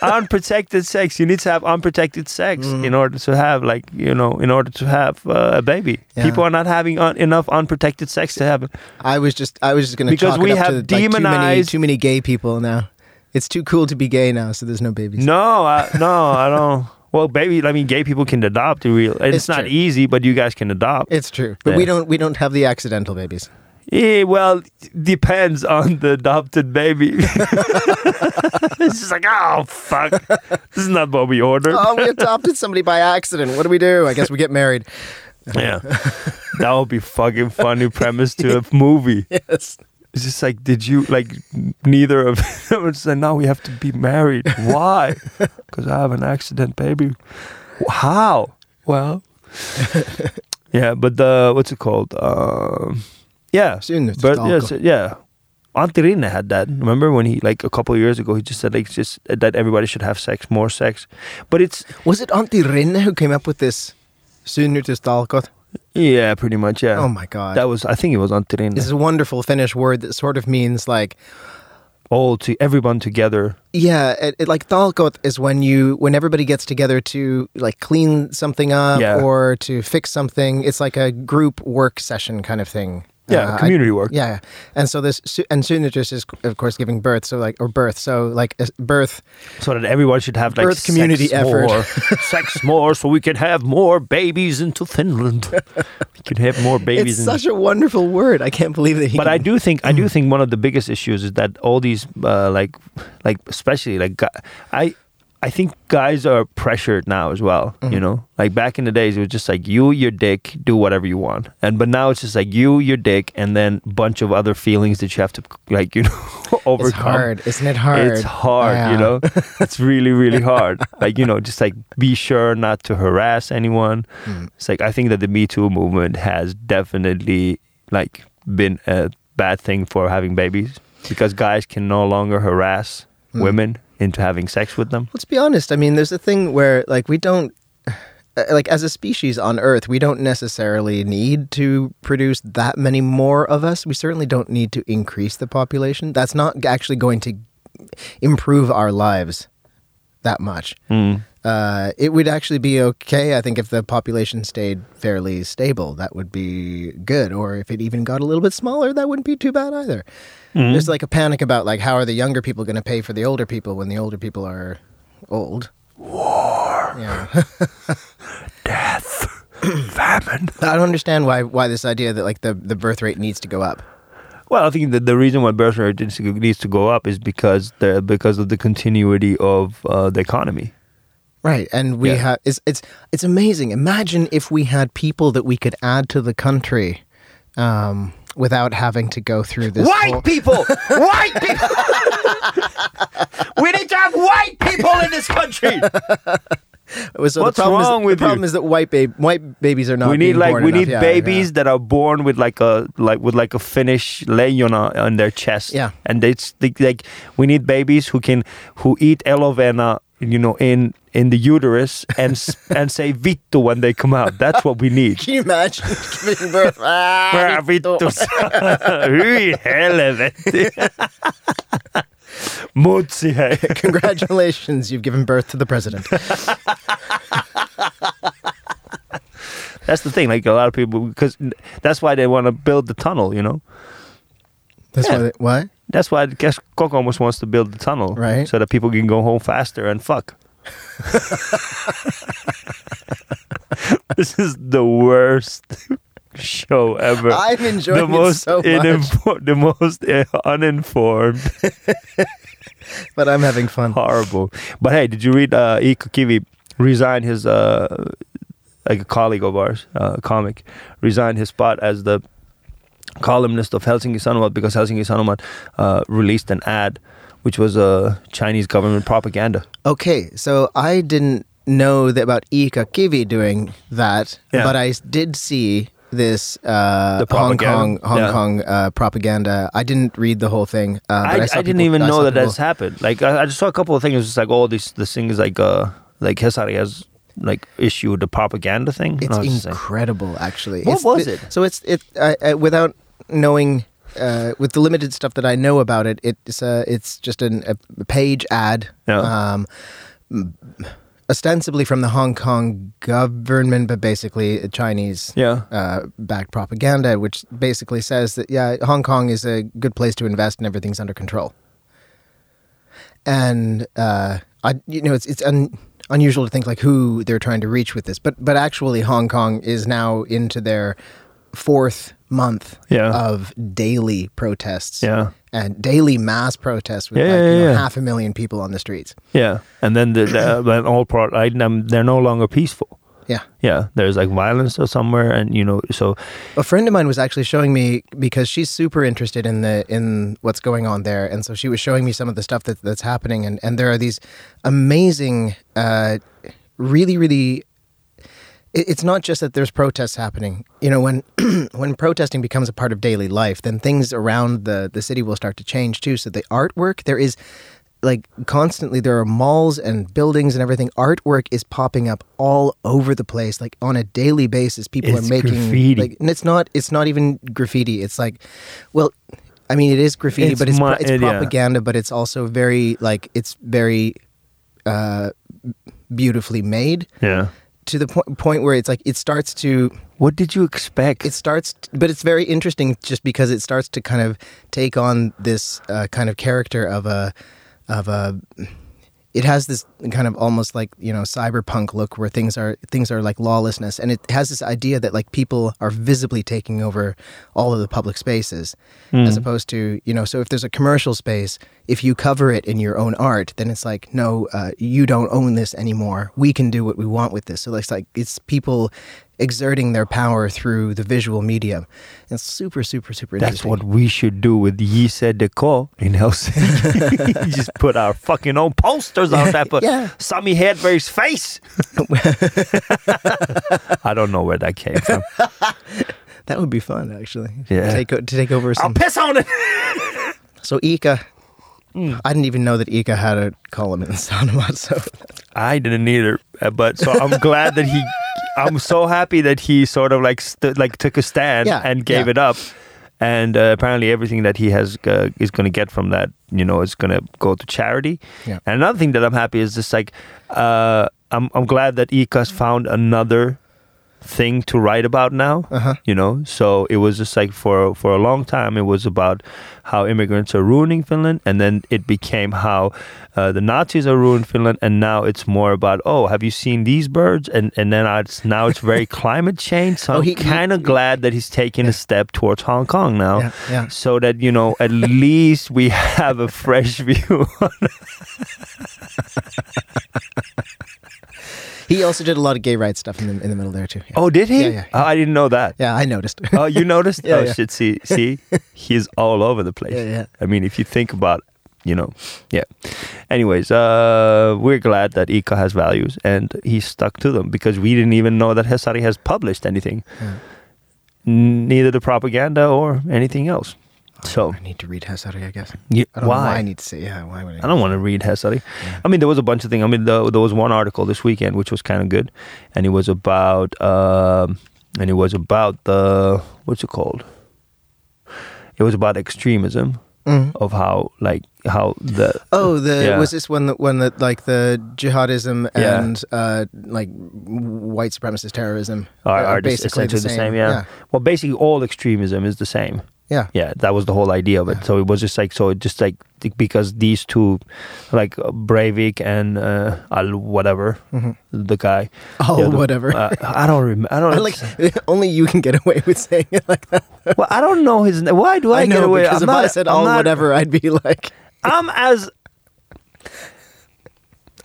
S2: unprotected sex. You need to have unprotected sex in order to have, like, you know, in order to have uh, a baby.
S1: Yeah.
S2: People are not having un- enough unprotected sex to have.
S1: I was just, I was just going to
S2: Because
S1: chalk
S2: we
S1: it up
S2: have
S1: to like, too many,
S2: demonized-
S1: too many gay people now. It's too cool to be gay now, so there's no babies.
S2: No, I, no, I don't. Well, baby, I mean, gay people can adopt. Real, it's,
S1: It's
S2: not
S1: true.
S2: easy, but you guys can adopt.
S1: It's true, but
S2: Yeah.
S1: we don't, we don't have the accidental babies.
S2: Yeah, well, depends on the adopted baby. it's just like, oh fuck, this is not what we ordered.
S1: Oh, we adopted somebody by accident. What do we do? I guess we get married.
S2: Yeah, that would be fucking funny premise to a movie.
S1: Yes.
S2: It's just like, did you like neither of them? It's like, now we have to be married. Why? Because I have an accident, baby. How? Well, yeah, but the what's it called? Um, yeah,
S1: Soon it's
S2: but
S1: all
S2: yes,
S1: gone.
S2: yeah. Antirina had that. Remember when he like a couple of years ago he just said like just that everybody should have sex, more sex. But it's
S1: Was it Auntie Rinne who came up with this? Sooner to stalkot.
S2: yeah, pretty much yeah.
S1: Oh my God.
S2: that was I think it was Antirina.
S1: This is a wonderful Finnish word that sort of means like
S2: all to everyone together.
S1: Yeah, it, it, like thalkot is when you when everybody gets together to like clean something up
S2: Yeah.
S1: or to fix something. It's like a group work session kind of thing. Uh,
S2: Yeah,
S1: I-
S2: community work.
S1: Yeah, and so this su- and soonitus is of course giving birth. So like or birth. So like is- birth.
S2: so that everyone should have like
S1: Earth community
S2: sex
S1: effort.
S2: more, sex more, so we can have more babies into Finland. we can have more babies.
S1: it's
S2: in-
S1: such Mm. a wonderful word. I can't believe that he.
S2: but I do think I do think one of the biggest issues is that all these uh, like like especially like gu- I I think guys are pressured now as well.
S1: Mm.
S2: You know, like back in the days it was just like you your dick do whatever you want, and but now it's just like you your dick and then bunch of other feelings that you have to like you know overcome.
S1: It's hard, isn't it hard?
S2: It's hard, you
S1: Yeah.
S2: know. it's really, really hard. Like you know, just like be sure not to harass anyone. It's like I think that the Me Too movement has definitely like been a bad thing for having babies because guys can no longer harass women into having sex with them.
S1: Let's be honest. I mean, there's a thing where like we don't uh, like as a species on Earth, we don't necessarily need to produce that many more of us. We certainly don't need to increase the population. That's not actually going to improve our lives that much. Uh, it would actually be okay, I think, if the population stayed fairly stable. That would be good. Or if it even got a little bit smaller, that wouldn't be too bad either. There's like a panic about like how are the younger people going to pay for the older people when the older people are old. War. Yeah.
S2: famine.
S1: I don't understand why why this idea that like the, the birth rate needs to go up.
S2: Well, I think that the reason why birth rate needs to needs to go up is because the because of the continuity of uh, the economy.
S1: Right, and we
S2: Yeah.
S1: have it's it's it's amazing. Imagine if we had people that we could add to the country um, without having to go through this.
S2: white
S1: whole-
S2: people, white people. we need to have white people in this country.
S1: So
S2: What's
S1: the problem
S2: wrong
S1: is,
S2: with
S1: the problem
S2: you?
S1: is that white babe white babies are not.
S2: we need
S1: being
S2: like
S1: born
S2: we
S1: enough.
S2: need
S1: Yeah,
S2: babies
S1: yeah.
S2: that are born with like a like with like a Finnish lejon on, on their chest.
S1: Yeah.
S2: and they s- they- like we need babies who can who eat aloe vera, you know, in in the uterus and s- and say vittu when they come out. That's what we need.
S1: Can you imagine giving birth? Ah,
S2: Ah, vittu. Hyi helvetti. Mutsi hei.
S1: Congratulations, you've given birth to the president.
S2: That's the thing. Like a lot of people, because that's why they want to build the tunnel. You know,
S1: That's
S2: Yeah.
S1: why. They, what?
S2: that's why I guess Kokomus wants to build the tunnel,
S1: Right.
S2: So that people can go home faster and fuck. this is the worst show ever.
S1: I've enjoyed
S2: the
S1: it
S2: most
S1: so much.
S2: ininfo- the most uh, uninformed,
S1: But I'm having fun.
S2: horrible. But hey, did you read uh, Iko Kivi resigned his uh, like a colleague of ours, uh, comic, resigned his spot as the columnist of Helsinki Sanomat because Helsinki Sanomat uh, released an ad, which was uh, Chinese government
S1: Uh,
S2: propaganda.
S1: Okay, so I didn't know that about Ika Kivi doing that,
S2: Yeah.
S1: but I s- did see this uh,
S2: The
S1: Hong Kong
S2: propaganda?
S1: Hong
S2: Yeah.
S1: Kong uh, propaganda. I didn't read the whole thing. Uh, but
S2: I,
S1: I,
S2: I
S1: saw
S2: didn't
S1: people-
S2: even
S1: I
S2: know
S1: saw
S2: that
S1: people-
S2: that's happened. Like I, I just saw a couple of things. It's just like, oh, this this thing is like uh like Hesari has like issued a propaganda thing. And I was
S1: It's
S2: just like,
S1: incredible, actually.
S2: What
S1: It's
S2: was
S1: the-
S2: it?
S1: So it's it I, I, without knowing. Uh, with the limited stuff that I know about it, it's uh, it's just an, a page ad,
S2: Yeah.
S1: um, m- ostensibly from the Hong Kong government, but basically a Chinese
S2: yeah,
S1: uh, backed propaganda, which basically says that yeah, Hong Kong is a good place to invest and everything's under control. And uh, I, you know, it's it's un, unusual to think like who they're trying to reach with this, but but actually, Hong Kong is now into their fourth month
S2: Yeah.
S1: of daily protests.
S2: Yeah.
S1: And daily mass protests with
S2: Yeah,
S1: like,
S2: yeah,
S1: you know,
S2: yeah.
S1: half a million people on the streets.
S2: yeah. And then the, the when all pro like, them- they're no longer peaceful.
S1: Yeah.
S2: Yeah, there's like violence or somewhere, and you know, so
S1: A friend of mine was actually showing me because she's super interested in the in what's going on there, and so she was showing me some of the stuff that that's happening, and and there are these amazing, uh, really really. it- It's not just that there's protests happening. You know, when when protesting becomes a part of daily life, then things around the the city will start to change too. So the artwork there is. Like constantly, there are malls and buildings and everything. Artwork is popping up all over the place, like on a daily basis. People
S2: It's
S1: are making
S2: graffiti.
S1: like and it's not it's not even graffiti it's like well i mean it is graffiti
S2: It's
S1: but it's, pro-
S2: mi-
S1: it's
S2: it- yeah.
S1: propaganda but it's also very like it's very uh beautifully made
S2: yeah.
S1: to the po- point where it's like it starts to
S2: What did you expect?
S1: it starts but it's very interesting just because it starts to kind of take on this uh, kind of character of a of a it has this kind of almost like you know cyberpunk look where things are things are like lawlessness and it has this idea that like people are visibly taking over all of the public spaces
S2: Hmm.
S1: as opposed to you know so if there's a commercial space if you cover it in your own art then it's like no uh, you don't own this anymore we can do what we want with this so it's like it's people exerting their power through the visual medium it's super super super
S2: That's
S1: interesting
S2: what we should do with Ye Said the Call in Helsinki. Just put our fucking own posters out there for
S1: Yeah.
S2: Sami Hedberg's face. I don't know where that came from.
S1: that would be fun actually
S2: Yeah.
S1: take o- to take over
S2: I'll
S1: some
S2: piss on it.
S1: So Ika,
S2: Mm.
S1: I didn't even know that Ika had a column in Sanomat. So
S2: I didn't either, uh, but so I'm glad that he. I'm so happy that he sort of like st- like took a stand
S1: Yeah,
S2: and gave
S1: yeah.
S2: it up, and uh, apparently everything that he has uh, is going to get from that, you know, is going to go to charity.
S1: Yeah.
S2: And another thing that I'm happy is just like uh, I'm I'm glad that Ika's found another thing to write about now.
S1: Uh-huh.
S2: You know, so it was just like for for a long time, it was about how immigrants are ruining Finland, and then it became how uh, the Nazis are ruining Finland, and now it's more about oh, have you seen these birds? And and then I, it's now it's very climate change. So
S1: Oh, he-
S2: I'm kind of glad that he's taking a step towards Hong Kong now,
S1: Yeah, yeah.
S2: so that you know at least we have a fresh view.
S1: He also did a lot of gay rights stuff in the, in the middle there too. Yeah.
S2: oh, did he?
S1: Yeah, yeah,
S2: Oh, I didn't know that.
S1: yeah, I noticed.
S2: Oh, you noticed?
S1: Yeah,
S2: oh
S1: yeah.
S2: shit! See, see, he's all over the place.
S1: Yeah, yeah.
S2: I mean, if you think about, you know, yeah. Anyways, uh, we're glad that Ika has values and he stuck to them because we didn't even know that Hesari has published anything,
S1: Yeah.
S2: N- neither the propaganda or anything else. So
S1: I need to read Hasari, I guess.
S2: you,
S1: I don't know why I
S2: why?
S1: need to say. Yeah, why would I?
S2: I don't want to read Hesari. I mean, there was a bunch of things. I mean, the, there was one article this weekend which was kind of good, and it was about um, and it was about the what's it called? It was about extremism
S1: Mhm.
S2: of how like how the
S1: Oh, the
S2: Oh, Yeah.
S1: was this one that one that like the jihadism
S2: Yeah.
S1: and uh, like white supremacist terrorism uh,
S2: are, are just essentially the same. yeah. Well, basically, all extremism is the same.
S1: yeah, yeah.
S2: Yeah, that was the whole idea of it. So it was just like so, it just like th- because these two, like uh, Breivik and uh, Al whatever, the guy.
S1: Al
S2: the other-
S1: Mm-hmm. Oh, whatever.
S2: Uh, I don't remember. I don't
S1: I like only you can get away with saying it like that.
S2: Well, I don't know his. name. Why do I,
S1: I
S2: get
S1: know
S2: away?
S1: because if I said all
S2: not-
S1: whatever, I'd be like,
S2: I'm as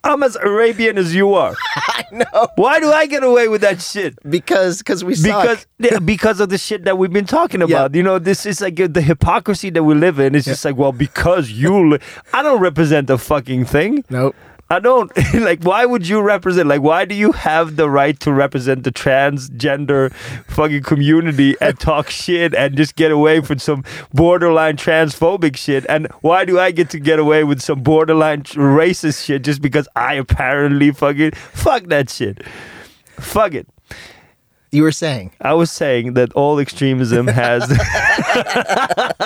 S2: I'm as Arabian as you are.
S1: I know
S2: Why do I get away with that shit?
S1: because because we suck.
S2: Because yeah, because of the shit that we've been talking about. You know, this is like uh, the hypocrisy that we live in. It's just like, well, because you, li- I don't represent the fucking thing.
S1: nope.
S2: I don't like. Why would you represent? Like, why do you have the right to represent the transgender fucking community and talk shit and just get away with some borderline transphobic shit? And why do I get to get away with some borderline tr- racist shit just because I apparently fucking fuck that shit? Fuck it.
S1: You were saying
S2: I was saying that all extremism has.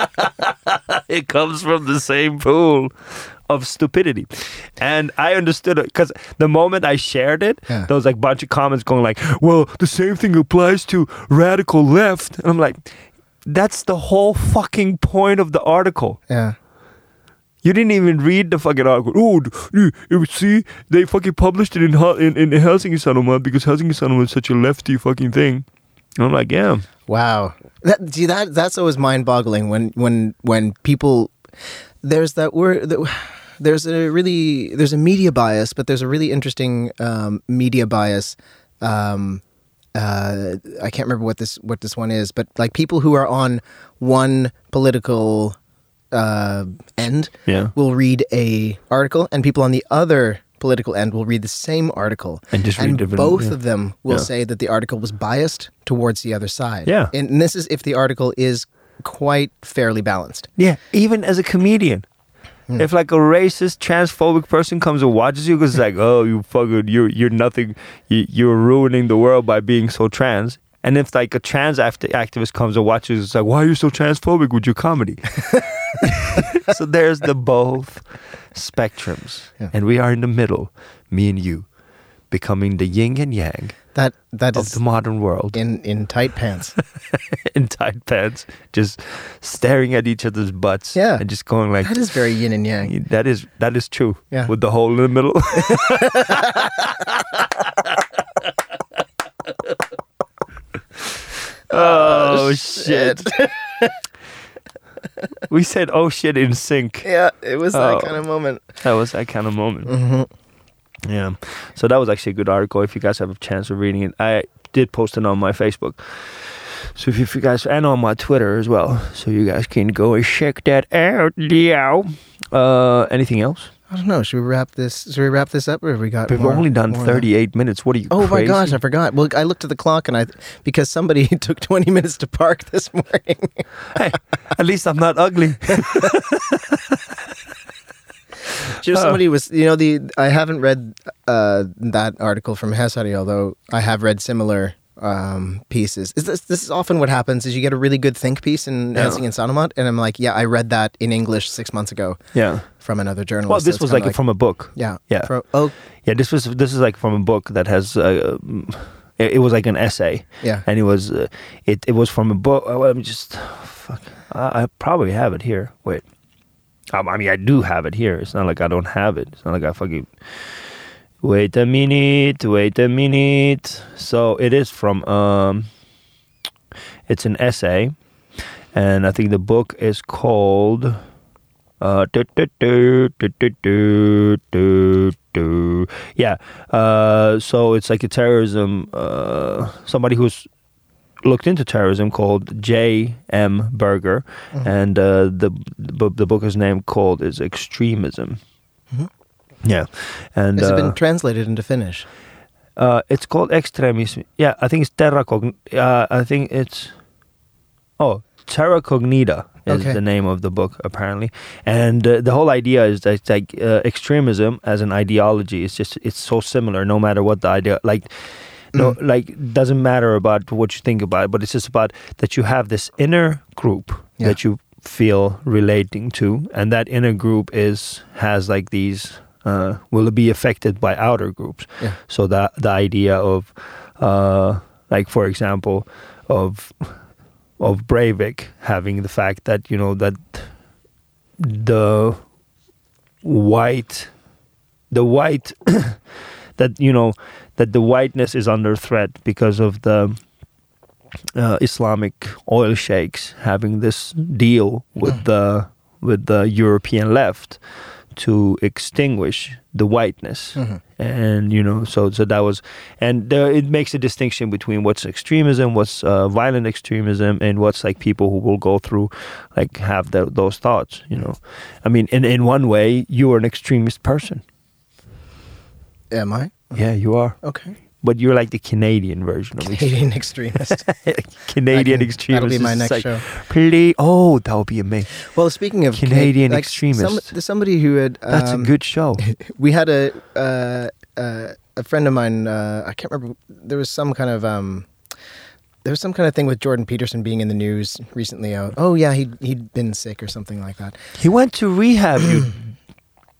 S2: it comes from the same pool of stupidity. And I understood it because the moment I shared it,
S1: Yeah.
S2: there was like a bunch of comments going like, well, the same thing applies to radical left. And I'm like, that's the whole fucking point of the article.
S1: yeah.
S2: You didn't even read the fucking article. Oh, d- you, you see, they fucking published it in Hel- in, in Helsinki Sanomat because Helsinki Sanomat is such a lefty fucking thing. And I'm like, yeah.
S1: Wow. That, see that that's always mind-boggling when when when people there's that word that, there's a really there's a media bias, but there's a really interesting um, media bias. Um, uh, I can't remember what this what this one is, but like people who are on one political uh, end
S2: Yeah.
S1: will read a article, and people on the other political end will read the same article
S2: And just read different-
S1: both
S2: yeah.
S1: of them will
S2: Yeah.
S1: say that the article was biased towards the other side.
S2: Yeah.
S1: And, and this is if the article is quite fairly balanced.
S2: Yeah, even as a comedian.
S1: Hmm.
S2: If like a racist, transphobic person comes and watches you, because it's like, oh, you fucking, you're you're nothing, you, you're ruining the world by being so trans. And if like a trans act- activist comes and watches, it's like, why are you so transphobic with your comedy? so there's the both spectrums,
S1: Yeah.
S2: and we are in the middle, me and you, becoming the yin and yang
S1: That that
S2: of
S1: is
S2: the modern world
S1: in in tight pants.
S2: in tight pants, just staring at each other's butts,
S1: Yeah.
S2: and just going like,
S1: that is very yin and yang.
S2: that is that is true.
S1: Yeah.
S2: With the hole in the middle. oh shit. we said oh shit in sync.
S1: Yeah, it was
S2: Oh.
S1: that kind of moment. Mm-hmm.
S2: That was that kind of moment.
S1: Mm.
S2: Yeah. So that was actually a good article. If you guys have a chance of reading it, I did post it on my Facebook. So if you- if you guys and on my Twitter as well, so you guys can go and check that out. Yeah. Uh, anything else?
S1: I don't know. Should we wrap this? Should we wrap this up, or have we got?
S2: We've
S1: more-
S2: only done
S1: more of that?
S2: 38 minutes. What are you?
S1: Oh my
S2: crazy?
S1: gosh, I forgot. Well, I looked at the clock and I because somebody took twenty minutes to park this morning.
S2: Hey, at least I'm not ugly.
S1: Do you know somebody was you know the I haven't read uh, that article from Hesari, although I have read similar um, pieces. Is this this is often what happens is you get a really good think piece in
S2: Yeah.
S1: Helsing and Sanomat, and I'm like, yeah, I read that in English six months ago
S2: Yeah.
S1: from another journalist.
S2: Well,
S1: So
S2: this
S1: it's
S2: was
S1: kinda
S2: like, from a book.
S1: yeah
S2: Yeah.
S1: From, oh
S2: Yeah. This was this is like from a book that has. Uh, um, It, it was like an essay.
S1: Yeah.
S2: And it was uh, it it was from a book. Oh, let me just fuck. I, I probably have it here. Wait. Um, I mean, I do have it here. It's not like I don't have it. It's not like I fucking. Wait a minute. Wait a minute. So it is from um. It's an essay, and I think the book is called. Uh, do, do, do, do, do, do, do, do. Yeah. Uh, so it's like a terrorism. Uh, somebody who's looked into terrorism called J. M. Berger,
S1: Mm-hmm.
S2: and uh, the, the bu- the book is named called is extremism. Yeah,
S1: Mm-hmm.
S2: and
S1: Has it
S2: uh,
S1: been translated into Finnish?
S2: uh, it's called extremism. Yeah, I think it's terra cogn- uh, I think it's oh terra cognita is
S1: Okay.
S2: the name of the book apparently, and uh, the whole idea is that it's like uh, extremism as an ideology is just it's so similar no matter what the idea like. No,
S1: Mm.
S2: like doesn't matter about what you think about, it, but it's just about that you have this inner group
S1: Yeah.
S2: that you feel relating to, and that inner group is has like these uh, will be affected by outer groups.
S1: Yeah.
S2: So that the idea of, uh, like for example, of of Breivik having the fact that you know that the white, the white, that you know that the whiteness is under threat because of the uh, Islamic oil sheikhs having this deal with the with the European left to extinguish the whiteness
S1: Mhm.
S2: and you know so so that was and there, it makes a distinction between what's extremism what's uh, violent extremism and what's like people who will go through like have tho- those thoughts you know i mean in, in one way you are an extremist person
S1: Am I?
S2: yeah you are
S1: Okay.
S2: but you're like the canadian version of extreme-
S1: Canadian extremist.
S2: canadian
S1: I can- that'll
S2: extremist
S1: be my
S2: It's
S1: next
S2: like,
S1: show.
S2: "Please- oh that would be amazing
S1: Well, speaking of Ca-
S2: Canadian
S1: like, Some,
S2: extremist.
S1: there's somebody who had um,
S2: that's a good show
S1: we had a uh, uh, a friend of mine. Uh, I can't remember. There was some kind of um, there was some kind of thing with Jordan Peterson being in the news recently. Oh, oh yeah, he he'd been sick or something like that.
S2: he went to rehab you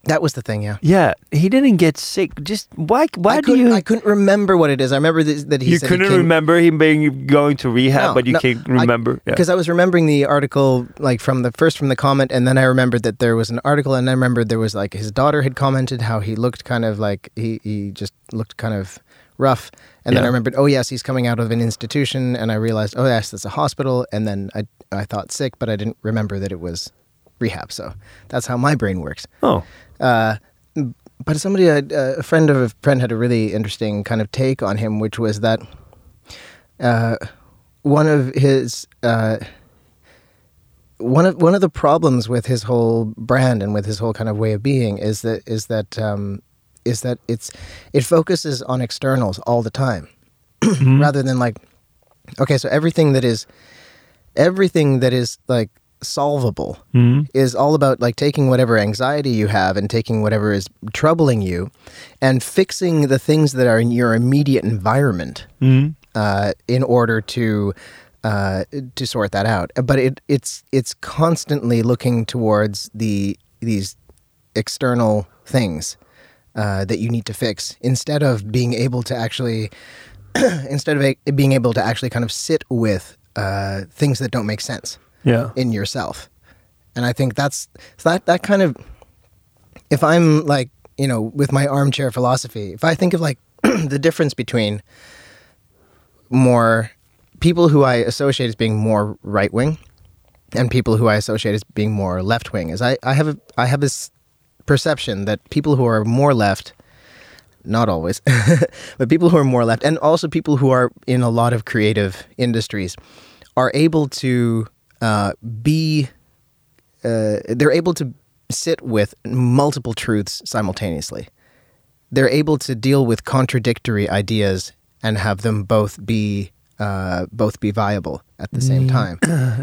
S1: That was the thing. Yeah.
S2: yeah he didn't get sick just why why
S1: I
S2: do
S1: couldn't-
S2: you
S1: I couldn't remember what it is. I remember this, that he
S2: you
S1: said he
S2: couldn't
S1: came-
S2: remember him being going to rehab,
S1: No,
S2: but you
S1: no,
S2: can't
S1: I-
S2: remember. Yeah.
S1: because I was remembering the article like from the first from the comment, and then I remembered that there was an article, and I remembered there was like his daughter had commented how he looked kind of like he he just looked kind of rough, and then I
S2: Yeah.
S1: remembered oh yes he's coming out of an institution, and I realized oh yes that's a hospital, and then I I thought sick, but I didn't remember that it was rehab, so that's how my brain works.
S2: oh,
S1: Uh, but somebody, had, uh, a friend of a friend, had a really interesting kind of take on him, which was that uh, one of his uh, one of one of the problems with his whole brand and with his whole kind of way of being is that is that um, is that it's it focuses on externals all the time, rather than like okay, so everything that is everything that is like solvable is all about like taking whatever anxiety you have and taking whatever is troubling you and fixing the things that are in your immediate environment uh, in order to uh, to sort that out but it it's it's constantly looking towards the these external things uh, that you need to fix instead of being able to actually instead of a- being able to actually kind of sit with uh, things that don't make sense
S2: yeah,
S1: in yourself. And I think that's so that that kind of if I'm like, you know, with my armchair philosophy, if I think of like the difference between more people who I associate as being more right wing and people who I associate as being more left wing is I, I have a, I have this perception that people who are more left not always, but people who are more left, and also people who are in a lot of creative industries, are able to uh, be. Uh, they're able to sit with multiple truths simultaneously. They're able to deal with contradictory ideas and have them both be uh, both be viable at the same time.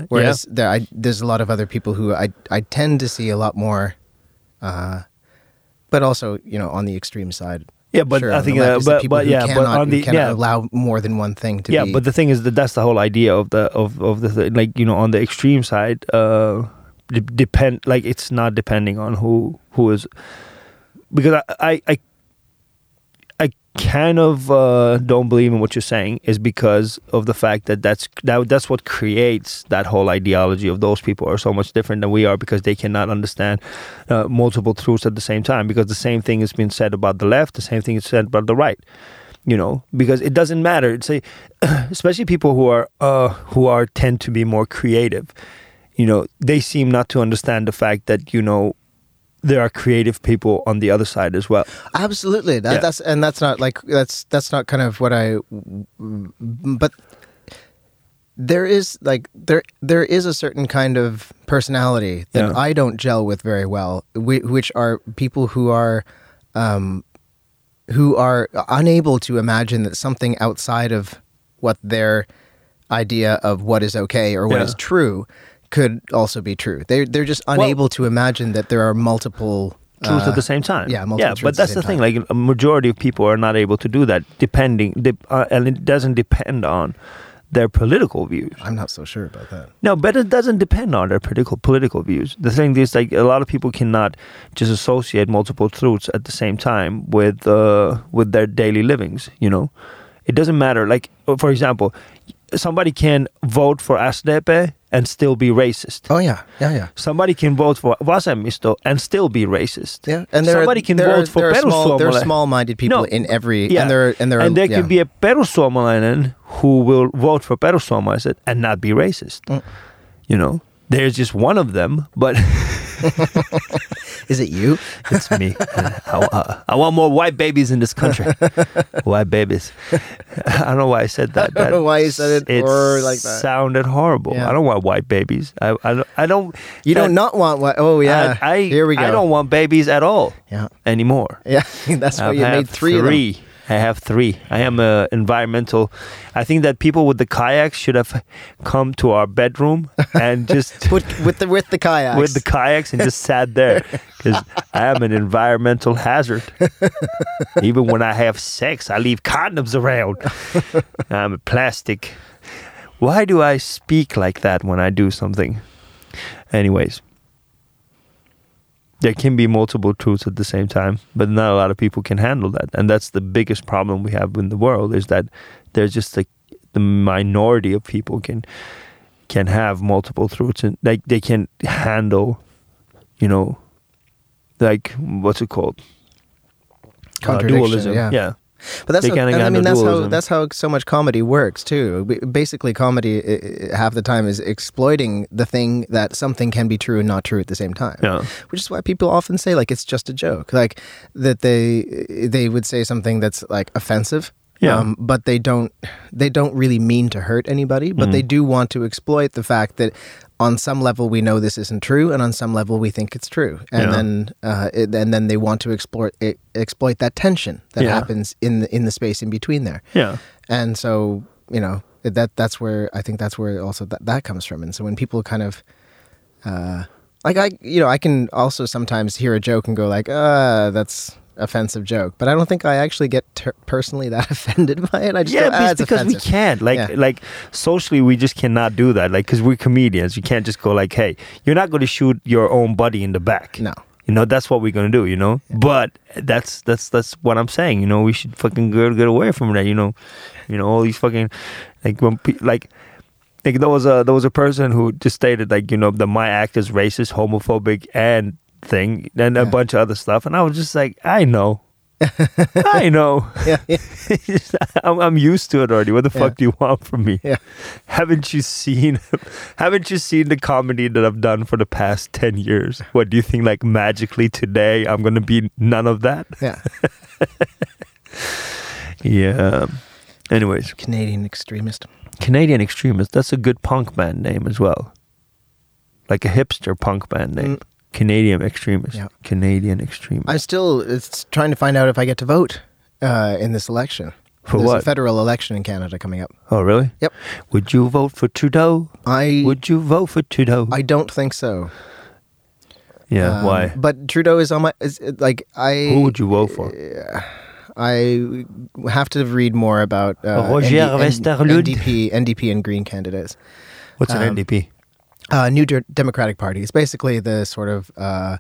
S1: Whereas there, I, there's a lot of other people who I I tend to see a lot more. Uh, but also, you know, on the extreme side,
S2: yeah. But
S1: Sure,
S2: I
S1: on the
S2: think,
S1: left
S2: uh,
S1: is the
S2: but
S1: people
S2: but
S1: who
S2: yeah,
S1: cannot,
S2: but on
S1: who
S2: the
S1: cannot
S2: yeah,
S1: allow more than one thing to
S2: yeah.
S1: be.
S2: But the thing is that that's the whole idea of the of of the thing. like you know on the extreme side, uh, de- depend like it's not depending on who who is because I I I, I kind of uh, don't believe in what you're saying is because of the fact that that's that, that's what creates that whole ideology of those people are so much different than we are because they cannot understand uh, multiple truths at the same time because the same thing has been said about the left the same thing is said about the right you know because it doesn't matter it's a, especially people who are uh, who are tend to be more creative you know they seem not to understand the fact that you know there are creative people on the other side as well
S1: Absolutely. That,
S2: Yeah.
S1: That's and that's not like that's that's not kind of what I. But there is like there there is a certain kind of personality that
S2: Yeah.
S1: I don't gel with very well, whi- which are people who are. Um, who are unable to imagine that something outside of what their idea of what is okay or what is
S2: Yeah.
S1: true could also be true. They they're just unable to imagine that there are multiple
S2: truth
S1: uh,
S2: at the same time.
S1: yeah, multiple
S2: yeah.
S1: truths
S2: But
S1: at the
S2: that's the,
S1: same
S2: thing.
S1: time.
S2: Like a majority of people are not able to do that, depending, de- uh, and it doesn't depend on their political views.
S1: I'm not so sure about that.
S2: No, but it doesn't depend on their political political views. The thing is, like a lot of people cannot just associate multiple truths at the same time with uh, with their daily livings. You know, it doesn't matter. Like uh, for example, somebody can vote for ASDP and still be racist.
S1: Oh yeah, yeah, yeah.
S2: Somebody can vote for Vasemmisto and still be racist.
S1: Yeah, and there
S2: somebody
S1: are,
S2: can
S1: there
S2: vote
S1: are,
S2: for
S1: there are small, there are
S2: perussuomalainen.
S1: small-minded people
S2: No,
S1: in every
S2: yeah.
S1: and there and there are,
S2: and there
S1: yeah.
S2: could be a perussuomalainen who will vote for perussuomalaiset and not be racist.
S1: Mm.
S2: You know, there's just one of them, but
S1: Is it you?
S2: it's me. I, I- I want more white babies in this country. white babies. I don't know why I said that.
S1: I don't know
S2: That
S1: why you said it
S2: s-
S1: or like that.
S2: Sounded horrible.
S1: Yeah.
S2: I don't want white babies. I I don't. I don't
S1: You
S2: that-
S1: don't not want what? Oh yeah.
S2: I, I,
S1: Here we go.
S2: I don't want babies at all
S1: Yeah,
S2: anymore.
S1: yeah. That's why
S2: I
S1: you
S2: have
S1: made three, of them.
S2: Three. I have three. I am a environmental. I think that people with the kayaks should have come to our bedroom and just
S1: With, with the with the kayaks.
S2: with the kayaks and just sat there because I am an environmental hazard. Even when I have sex, I leave condoms around. I'm a plastic. Why do I speak like that when I do something? Anyways, there can be multiple truths at the same time, but not a lot of people can handle that, and that's the biggest problem we have in the world is that there's just like the minority of people can can have multiple truths and like they can handle, you know, like what's it called? Uh,
S1: Contradiction,
S2: dualism.
S1: yeah.
S2: yeah.
S1: But that's
S2: They
S1: how,
S2: can't
S1: and I
S2: handle
S1: mean that's how
S2: dualism.
S1: that's how so much comedy works too. B- Basically, comedy i- i- half the time is exploiting the thing that something can be true and not true at the same time.
S2: Yeah.
S1: Which is why people often say like it's just a joke, like that they they would say something that's like offensive. um,
S2: Yeah.
S1: but they don't they don't really mean to hurt anybody, but they
S2: Mm-hmm.
S1: do want to exploit the fact that on some level we know this isn't true, and on some level we think it's true, and
S2: Yeah.
S1: then uh, it, and then they want to exploit it, exploit that tension that
S2: Yeah.
S1: happens in the, in the space in between there.
S2: Yeah.
S1: And so, you know, that that's where I think that's where also that, that comes from. And so when people kind of uh like I you know, I can also sometimes hear a joke and go like, "Uh, that's offensive joke." But I don't think I actually get ter- personally that offended by it. I just
S2: yeah,
S1: go, "Ah,
S2: because,
S1: it's
S2: because we
S1: offensive."
S2: can't. Like,
S1: Yeah.
S2: like socially, we just cannot do that. Like, because we're comedians, you can't just go like, "Hey, you're not going to shoot your own buddy in the back."
S1: No.
S2: you know that's what we're going to do. You know, but that's that's that's what I'm saying. You know, we should fucking get, get away from that. You know, you know all these fucking like when pe- like. Like there was a there was a person who just stated like you know the my act is racist, homophobic, and thing, and a
S1: Yeah.
S2: bunch of other stuff, and I was just like, I know, I know.
S1: Yeah, yeah.
S2: I'm, I'm used to it already. What the
S1: Yeah.
S2: fuck do you want from me?
S1: Yeah.
S2: Haven't you seen? Haven't you seen the comedy that I've done for the past ten years? What do you think? Like magically today, I'm gonna be none of that.
S1: Yeah.
S2: Yeah. Anyways,
S1: Canadian extremist.
S2: Canadian extremist. That's a good punk band name as well. Like a hipster punk band name.
S1: Mm.
S2: Canadian extremist.
S1: Yeah.
S2: Canadian extremist.
S1: I'm still it's trying to find out if I get to vote uh, in this election.
S2: For
S1: There's a
S2: what?
S1: federal election in Canada coming up.
S2: oh, really?
S1: Yep.
S2: Would you vote for Trudeau?
S1: I
S2: Would you vote for Trudeau?
S1: I don't think so.
S2: yeah.
S1: Um,
S2: why?
S1: But Trudeau is on my is, uh, like I.
S2: Who would you vote for?
S1: I have to read more about uh,
S2: Roger
S1: ND-
S2: Westerlund?
S1: NDP, NDP and Green candidates.
S2: What's an
S1: um,
S2: NDP?
S1: uh, New De- Democratic Party. It's basically the sort of uh,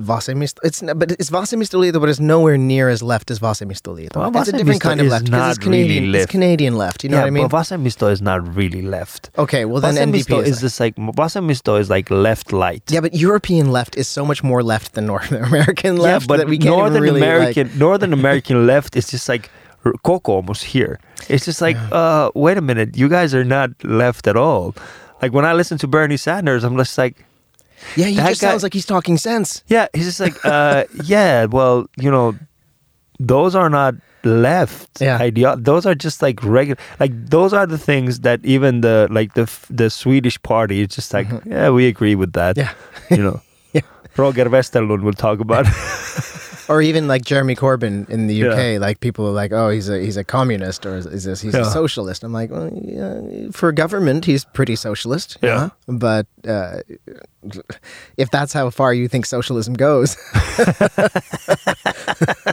S1: Vasemist. It's n- but it's Vasemistoledo, but it's nowhere near as left as Vasemistoledo.
S2: Well,
S1: it's a different kind of left
S2: Vasemisto is
S1: 'cause it's
S2: not really
S1: Canadian. It's
S2: left.
S1: Canadian left. You know
S2: yeah,
S1: what I mean?
S2: but Vasemisto is not really left.
S1: okay, well then
S2: Vasemisto
S1: NDP
S2: is,
S1: is.
S2: just like Vasemisto is like left light.
S1: yeah, but European left is so much more left than Northern American
S2: Yeah,
S1: left
S2: but
S1: that we can't
S2: Northern
S1: even really
S2: American
S1: like.
S2: Northern American left is just like r- Coco almost here. It's just like, uh, wait a minute, you guys are not left at all. Like when I listen to Bernie Sanders, I'm just like,
S1: Yeah, he
S2: that
S1: just
S2: guy-
S1: sounds like he's talking sense.
S2: yeah, he's just like, uh, yeah, well, you know, those are not left
S1: Yeah.
S2: idea. Those are just like regular, like those are the things that even the like the f- the Swedish party is just like, yeah, we agree with that.
S1: Uh-huh. Yeah.
S2: you know,
S1: Yeah.
S2: Roger Westerlund will talk about. it.
S1: Or even like Jeremy Corbyn in the
S2: Yeah.
S1: UK, like people are like, oh, he's a he's a communist or is, is this he's a
S2: Yeah.
S1: socialist? I'm like, well, yeah, for government, he's pretty socialist. you
S2: Yeah.
S1: know? but uh, if that's how far you think socialism goes,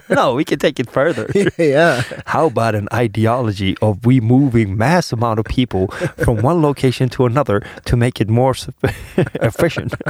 S2: no, we can take it further.
S1: yeah,
S2: How about an ideology of we moving mass amount of people from one location to another to make it more s- efficient?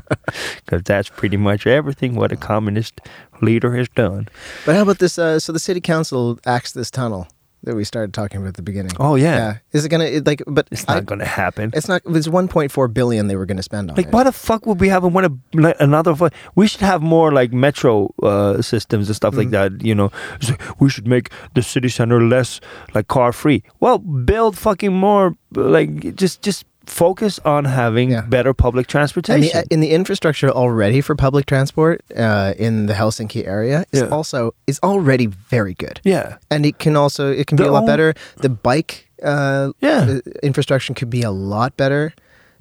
S2: Because that's pretty much everything what a communist leader has done.
S1: But how about this? Uh, so the city council acts this tunnel that we started talking about at the beginning.
S2: Oh, yeah.
S1: Is it gonna it, like? But
S2: It's not
S1: I-
S2: going to happen.
S1: It's not. It's 1.4 billion they were going to spend on
S2: Like,
S1: it.
S2: why the fuck would we have one of like, another? fu- We should have more like metro uh, systems and stuff
S1: Mm.
S2: like that. You know, It's like, we should make the city center less like car free. Well, build fucking more. Like, just just focus on having
S1: Yeah.
S2: better public
S1: And
S2: transportation.
S1: the, in the infrastructure already for public transport uh, in the Helsinki area is
S2: Yeah.
S1: also is already very good,
S2: yeah,
S1: and it can also it can
S2: The
S1: be a lot
S2: on-
S1: better. The bike uh,
S2: yeah.
S1: uh, infrastructure could be a lot better.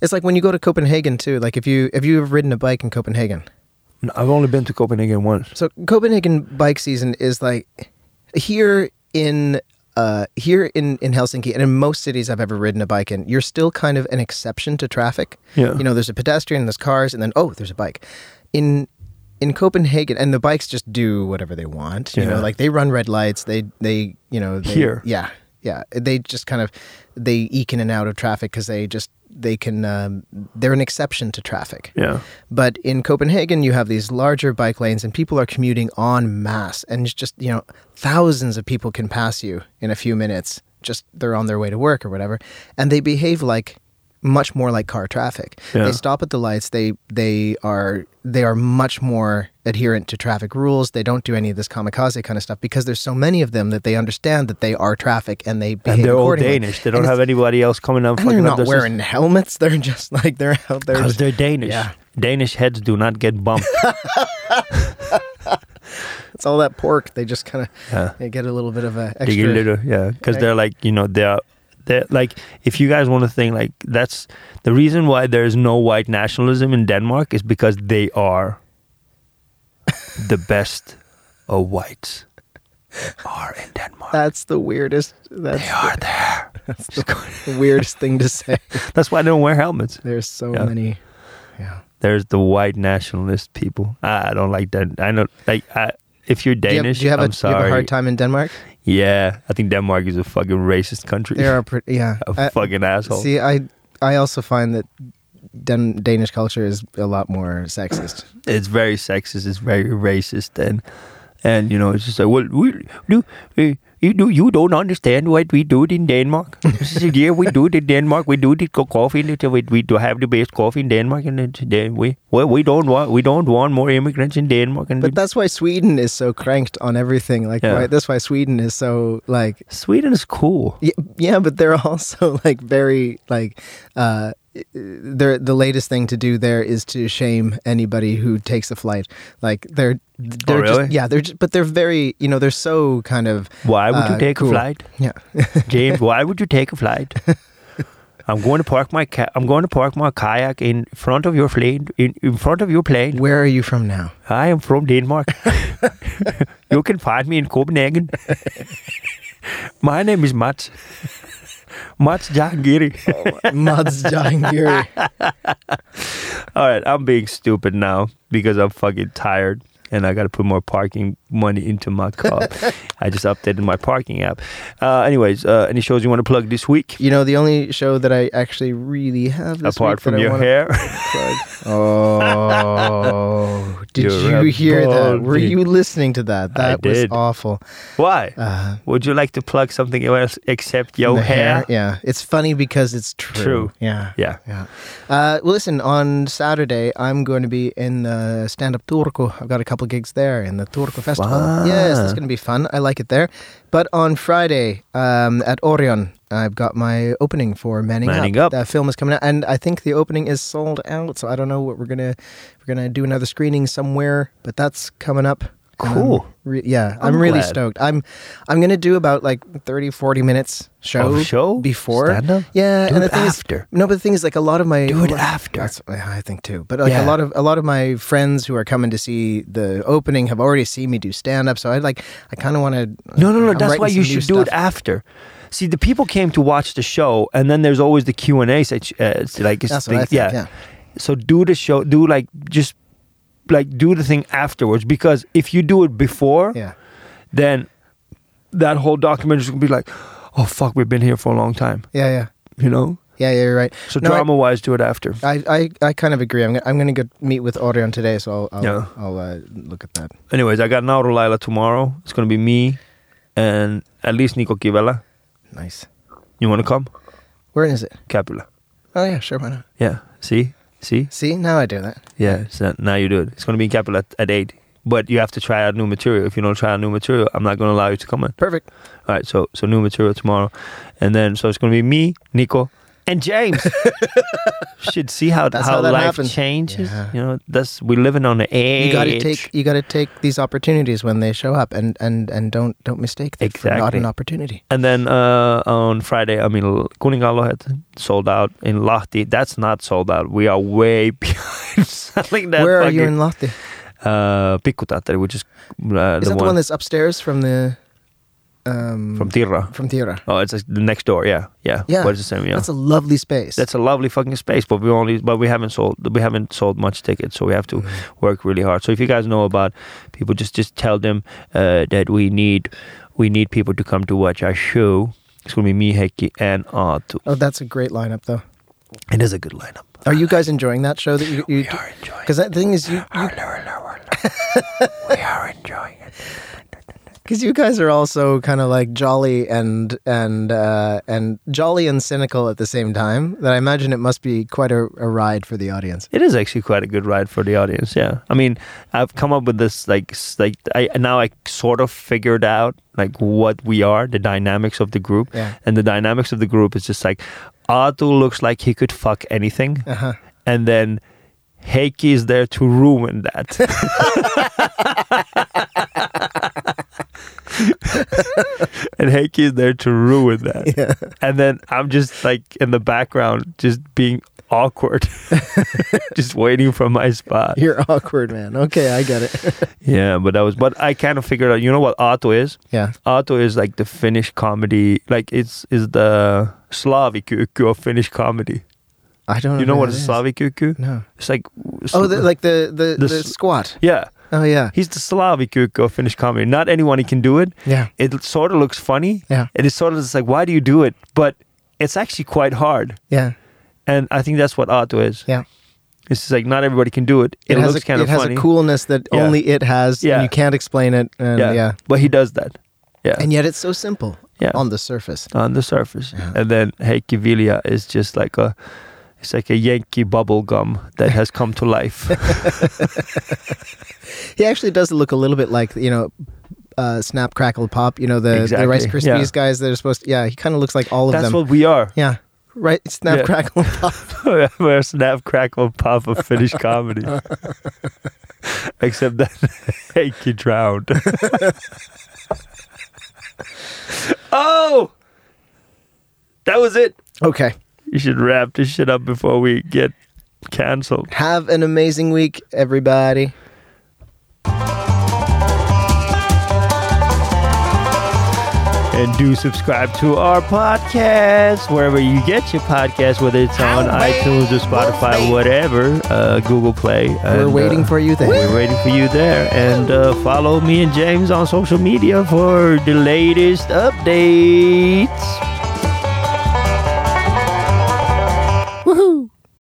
S1: It's like when you go to Copenhagen too. Like if you if you've ridden a bike in Copenhagen,
S2: No, I've only been to Copenhagen once.
S1: So Copenhagen bike season is like here in uh, here in, in Helsinki and in most cities I've ever ridden a bike in, you're still kind of an exception to traffic.
S2: Yeah.
S1: You know, there's a pedestrian, there's cars, and then oh, there's a bike. In in Copenhagen, and the bikes just do whatever they want. You know,
S2: Yeah.
S1: like they run red lights. They they you know they,
S2: Here.
S1: Yeah, yeah. They just kind of they eke in and out of traffic because they just they can um, they're an exception to traffic.
S2: Yeah,
S1: But in Copenhagen, you have these larger bike lanes, and people are commuting en masse, and it's just you know thousands of people can pass you in a few minutes. Just they're on their way to work or whatever, and they behave like much more like car traffic.
S2: Yeah.
S1: They stop at the lights. They they are they are much more adherent to traffic rules. They don't do any of this kamikaze kind of stuff because there's so many of them that they understand that they are traffic and they behave
S2: and they're all
S1: accordingly.
S2: Danish. They
S1: And
S2: don't
S1: it's-
S2: have anybody else coming up.
S1: and they're
S2: fucking
S1: not
S2: up their system.
S1: wearing helmets. They're just like they're out there.
S2: Because
S1: just-
S2: they're Danish.
S1: Yeah.
S2: Danish heads do not get bumped.
S1: It's all that pork. They just kind of
S2: Yeah.
S1: they get a little bit of a
S2: Dig a
S1: extra.
S2: little, yeah. Because
S1: Right.
S2: they're like, you know, they're they're like, if you guys want to think like that's the reason why there is no white nationalism in Denmark is because they are the best of whites are in Denmark.
S1: That's the weirdest. That's
S2: they are there.
S1: the weirdest thing to say.
S2: That's why they don't wear helmets.
S1: There's so
S2: Yeah.
S1: many. Yeah.
S2: There's the white nationalist people. I, I don't like that. I know, like, I, if you're
S1: Do you have-
S2: Danish,
S1: do you have,
S2: I'm
S1: a,
S2: sorry.
S1: Do you have a hard time in Denmark?
S2: Yeah, I think Denmark is a fucking racist country.
S1: There are uh, pretty. Yeah.
S2: a
S1: I-
S2: fucking asshole.
S1: see, I I also find that Dan- Danish culture is a lot more sexist.
S2: it's very sexist. It's very racist, and and you know it's just like well we do. eh, You do you don't understand what we do in Denmark? It's just, yeah, we do it in Denmark. We do it in co- coffee. and it's- We, we do have the best coffee in Denmark, and it's- then we well we don't want we don't want more immigrants in Denmark. And
S1: But that's why Sweden is so cranked on everything. Like
S2: Yeah.
S1: why, that's why Sweden is so like
S2: we, Sweden is cool.
S1: Yeah, yeah, but they're also like very like uh they're the latest thing to do there is to shame anybody who takes a flight. Like they're they're
S2: Oh, really?
S1: just yeah, they're just, but they're very, you know, they're so kind of
S2: Why would
S1: uh,
S2: you take
S1: cool.
S2: a flight?
S1: Yeah.
S2: James, why would you take a flight? I'm going to park my ca- I'm going to park my kayak in front of your plane in, in front of your plane.
S1: Where are you from now?
S2: I am from Denmark. you can find me in Copenhagen. my name is Mats. Mats Jahangiri.
S1: Mads Jahangiri.
S2: All right, I'm being stupid now because I'm fucking tired. and I got to put more parking money into my car. I just updated my parking app. Uh, anyways, uh, any shows you want to plug this week?
S1: You know, the only show that I actually really have this
S2: Apart
S1: week that
S2: from
S1: I
S2: your
S1: wanna
S2: hair,
S1: plug. Oh, did
S2: You're a
S1: you hear that? Were
S2: baldy.
S1: you listening to that?
S2: I
S1: That was
S2: did.
S1: awful.
S2: why?
S1: Uh,
S2: Would you like to plug something else except your
S1: the
S2: hair?
S1: Yeah, it's funny because it's true.
S2: True.
S1: Yeah.
S2: Yeah.
S1: Yeah. Uh, well, listen, on Saturday, I'm going to be in the stand up Turku. I've got a couple gigs there in the Turku Festival. Yes, it's going to be fun. I like it there. But on Friday um, at Orion, I've got my opening for Manning,
S2: Manning Up.
S1: That film is coming out, and I think the opening is sold out. So I don't know what we're gonna we're gonna do another screening somewhere, but that's coming up. And I'm
S2: Cool.
S1: re- yeah,
S2: I'm
S1: I'm, really
S2: glad.
S1: stoked. I'm I'm gonna do about like 30, 40 minutes show
S2: Of show?
S1: before
S2: Stand-up?
S1: Yeah,
S2: Do
S1: and
S2: it
S1: the thing is-
S2: after.
S1: no, but the thing is, like a lot of my
S2: Do it
S1: a lot-
S2: after.
S1: That's, I think too. But like
S2: Yeah.
S1: a lot of a lot of my friends who are coming to see the opening have already seen me do stand up, so I like I kind of want to.
S2: No, no, no. that's why you should do it after. See, the people came to watch the show, and then there's always the Q and A. uh, It's like it's
S1: That's what
S2: the-
S1: I think, yeah.
S2: So do the show. Do like just like do the thing afterwards because if you do it before,
S1: yeah,
S2: then that whole documentary is gonna be like, oh fuck, we've been here for a long time.
S1: yeah, yeah,
S2: You know.
S1: yeah, yeah. You're right.
S2: So
S1: No, I-
S2: drama wise, do it after.
S1: I, I, I kind of agree. I'm gonna, I'm gonna go meet with Orion today, so I'll I'll,
S2: Yeah.
S1: I'll uh, look at that.
S2: Anyways, I got Nauru Laila tomorrow. It's gonna be me and at least Nico Kivela.
S1: Nice.
S2: You want to come?
S1: Where is it?
S2: Capula.
S1: Oh yeah, sure. Why not?
S2: Yeah. See. See.
S1: See, now I do that.
S2: Yeah, so now you do it. It's gonna be in capital at, at eight, but you have to try out new material. If you don't try out new material, I'm not gonna allow you to come in.
S1: Perfect.
S2: All right, so so new material tomorrow, and then so it's gonna be me, Nico, and James. Should see how
S1: That's
S2: how,
S1: how that
S2: life
S1: happens.
S2: changes.
S1: Yeah.
S2: You know, that's we're living on the edge.
S1: You gotta take you gotta take these opportunities when they show up, and and and don't don't mistake them for not
S2: Exactly.
S1: an opportunity.
S2: And then uh, on Friday, I mean, Kuningalo had sold out in Lahti. That's not sold out. We are way behind selling that.
S1: Where are you
S2: fucking-
S1: in Lahti?
S2: Uh, Pikkuteatteri, which is uh,
S1: Is that the one that's upstairs from the um
S2: from Tirra.
S1: from Tira?
S2: Oh, it's like the next door. Yeah, yeah.
S1: Yeah,
S2: What is the same? Yeah.
S1: That's a lovely space.
S2: That's a lovely fucking space, but we only, but we haven't sold, we haven't sold much tickets, so we have to work really hard. So if you guys know about people, just just tell them uh, that we need, we need people to come to watch our show. It's gonna be me, Heikki, and Artu.
S1: oh, that's a great lineup though.
S2: It is a good lineup.
S1: Are you guys enjoying that show that you you?
S2: We are enjoying.
S1: Because that thing is you
S2: we are enjoying it.
S1: Because you guys are also kind of like jolly and and uh, and jolly and cynical at the same time. That I imagine it must be quite a, a ride for the audience.
S2: It is actually quite a good ride for the audience. Yeah, I mean, I've come up with this like s- like I now I sort of figured out like what we are, the dynamics of the group,
S1: Yeah.
S2: and the dynamics of the group is just like Artu looks like he could fuck anything,
S1: Uh-huh.
S2: and then Heikki is there to ruin that. and Heikki is there to ruin that. And then I'm just like in the background, just being awkward, just waiting for my spot.
S1: You're awkward, man. Okay, I get it.
S2: Yeah, but that was, but I kind of figured out, you know what Arto is?
S1: yeah,
S2: Arto is like the Finnish comedy, like it's is the Slavikyykky of Finnish comedy.
S1: I don't.
S2: You know
S1: who
S2: what
S1: that
S2: is
S1: Oh, is.
S2: Slavikyykky?
S1: No.
S2: It's like,
S1: Oh, the, like the the,
S2: The
S1: the
S2: s-
S1: squat.
S2: yeah.
S1: Oh yeah,
S2: He's the Slavikyykky of Finnish comedy. Not anyone can do it.
S1: yeah,
S2: It sort of looks funny.
S1: Yeah.
S2: It is sort of just like, why do you do it? But it's actually quite hard.
S1: yeah,
S2: And I think that's what Arto is.
S1: yeah.
S2: It's just like not everybody can do it. It,
S1: has
S2: looks
S1: a,
S2: kind
S1: it
S2: of
S1: has
S2: funny.
S1: a coolness that
S2: Yeah.
S1: only it has.
S2: Yeah.
S1: and you can't explain it. And,
S2: yeah.
S1: yeah.
S2: But he does that. Yeah.
S1: and yet it's so simple.
S2: Yeah.
S1: on the surface.
S2: on the surface. And then Heikki Vilja is just like a it's like a Yankee bubble gum that has come to life.
S1: He actually does look a little bit like you know, uh, Snap Crackle Pop. You know the,
S2: Exactly,
S1: the Rice
S2: yeah.
S1: Krispies guys that are supposed. to... Yeah, he kind of looks like all of
S2: That's
S1: them.
S2: what we are.
S1: yeah, right. Snap
S2: Yeah.
S1: Crackle Pop.
S2: We're a snap, crackle, pop of Finnish comedy. Except that Heikki drowned. oh! That was it.
S1: okay.
S2: You should wrap this shit up before we get canceled.
S1: Have an amazing week, everybody.
S2: Hey, And do subscribe to our podcast wherever you get your podcast, whether it's on iTunes or Spotify, whatever, uh, Google Play.
S1: We're
S2: And,
S1: waiting
S2: uh,
S1: for you there.
S2: We're waiting for you there. And uh, follow me and James on social media for the latest updates.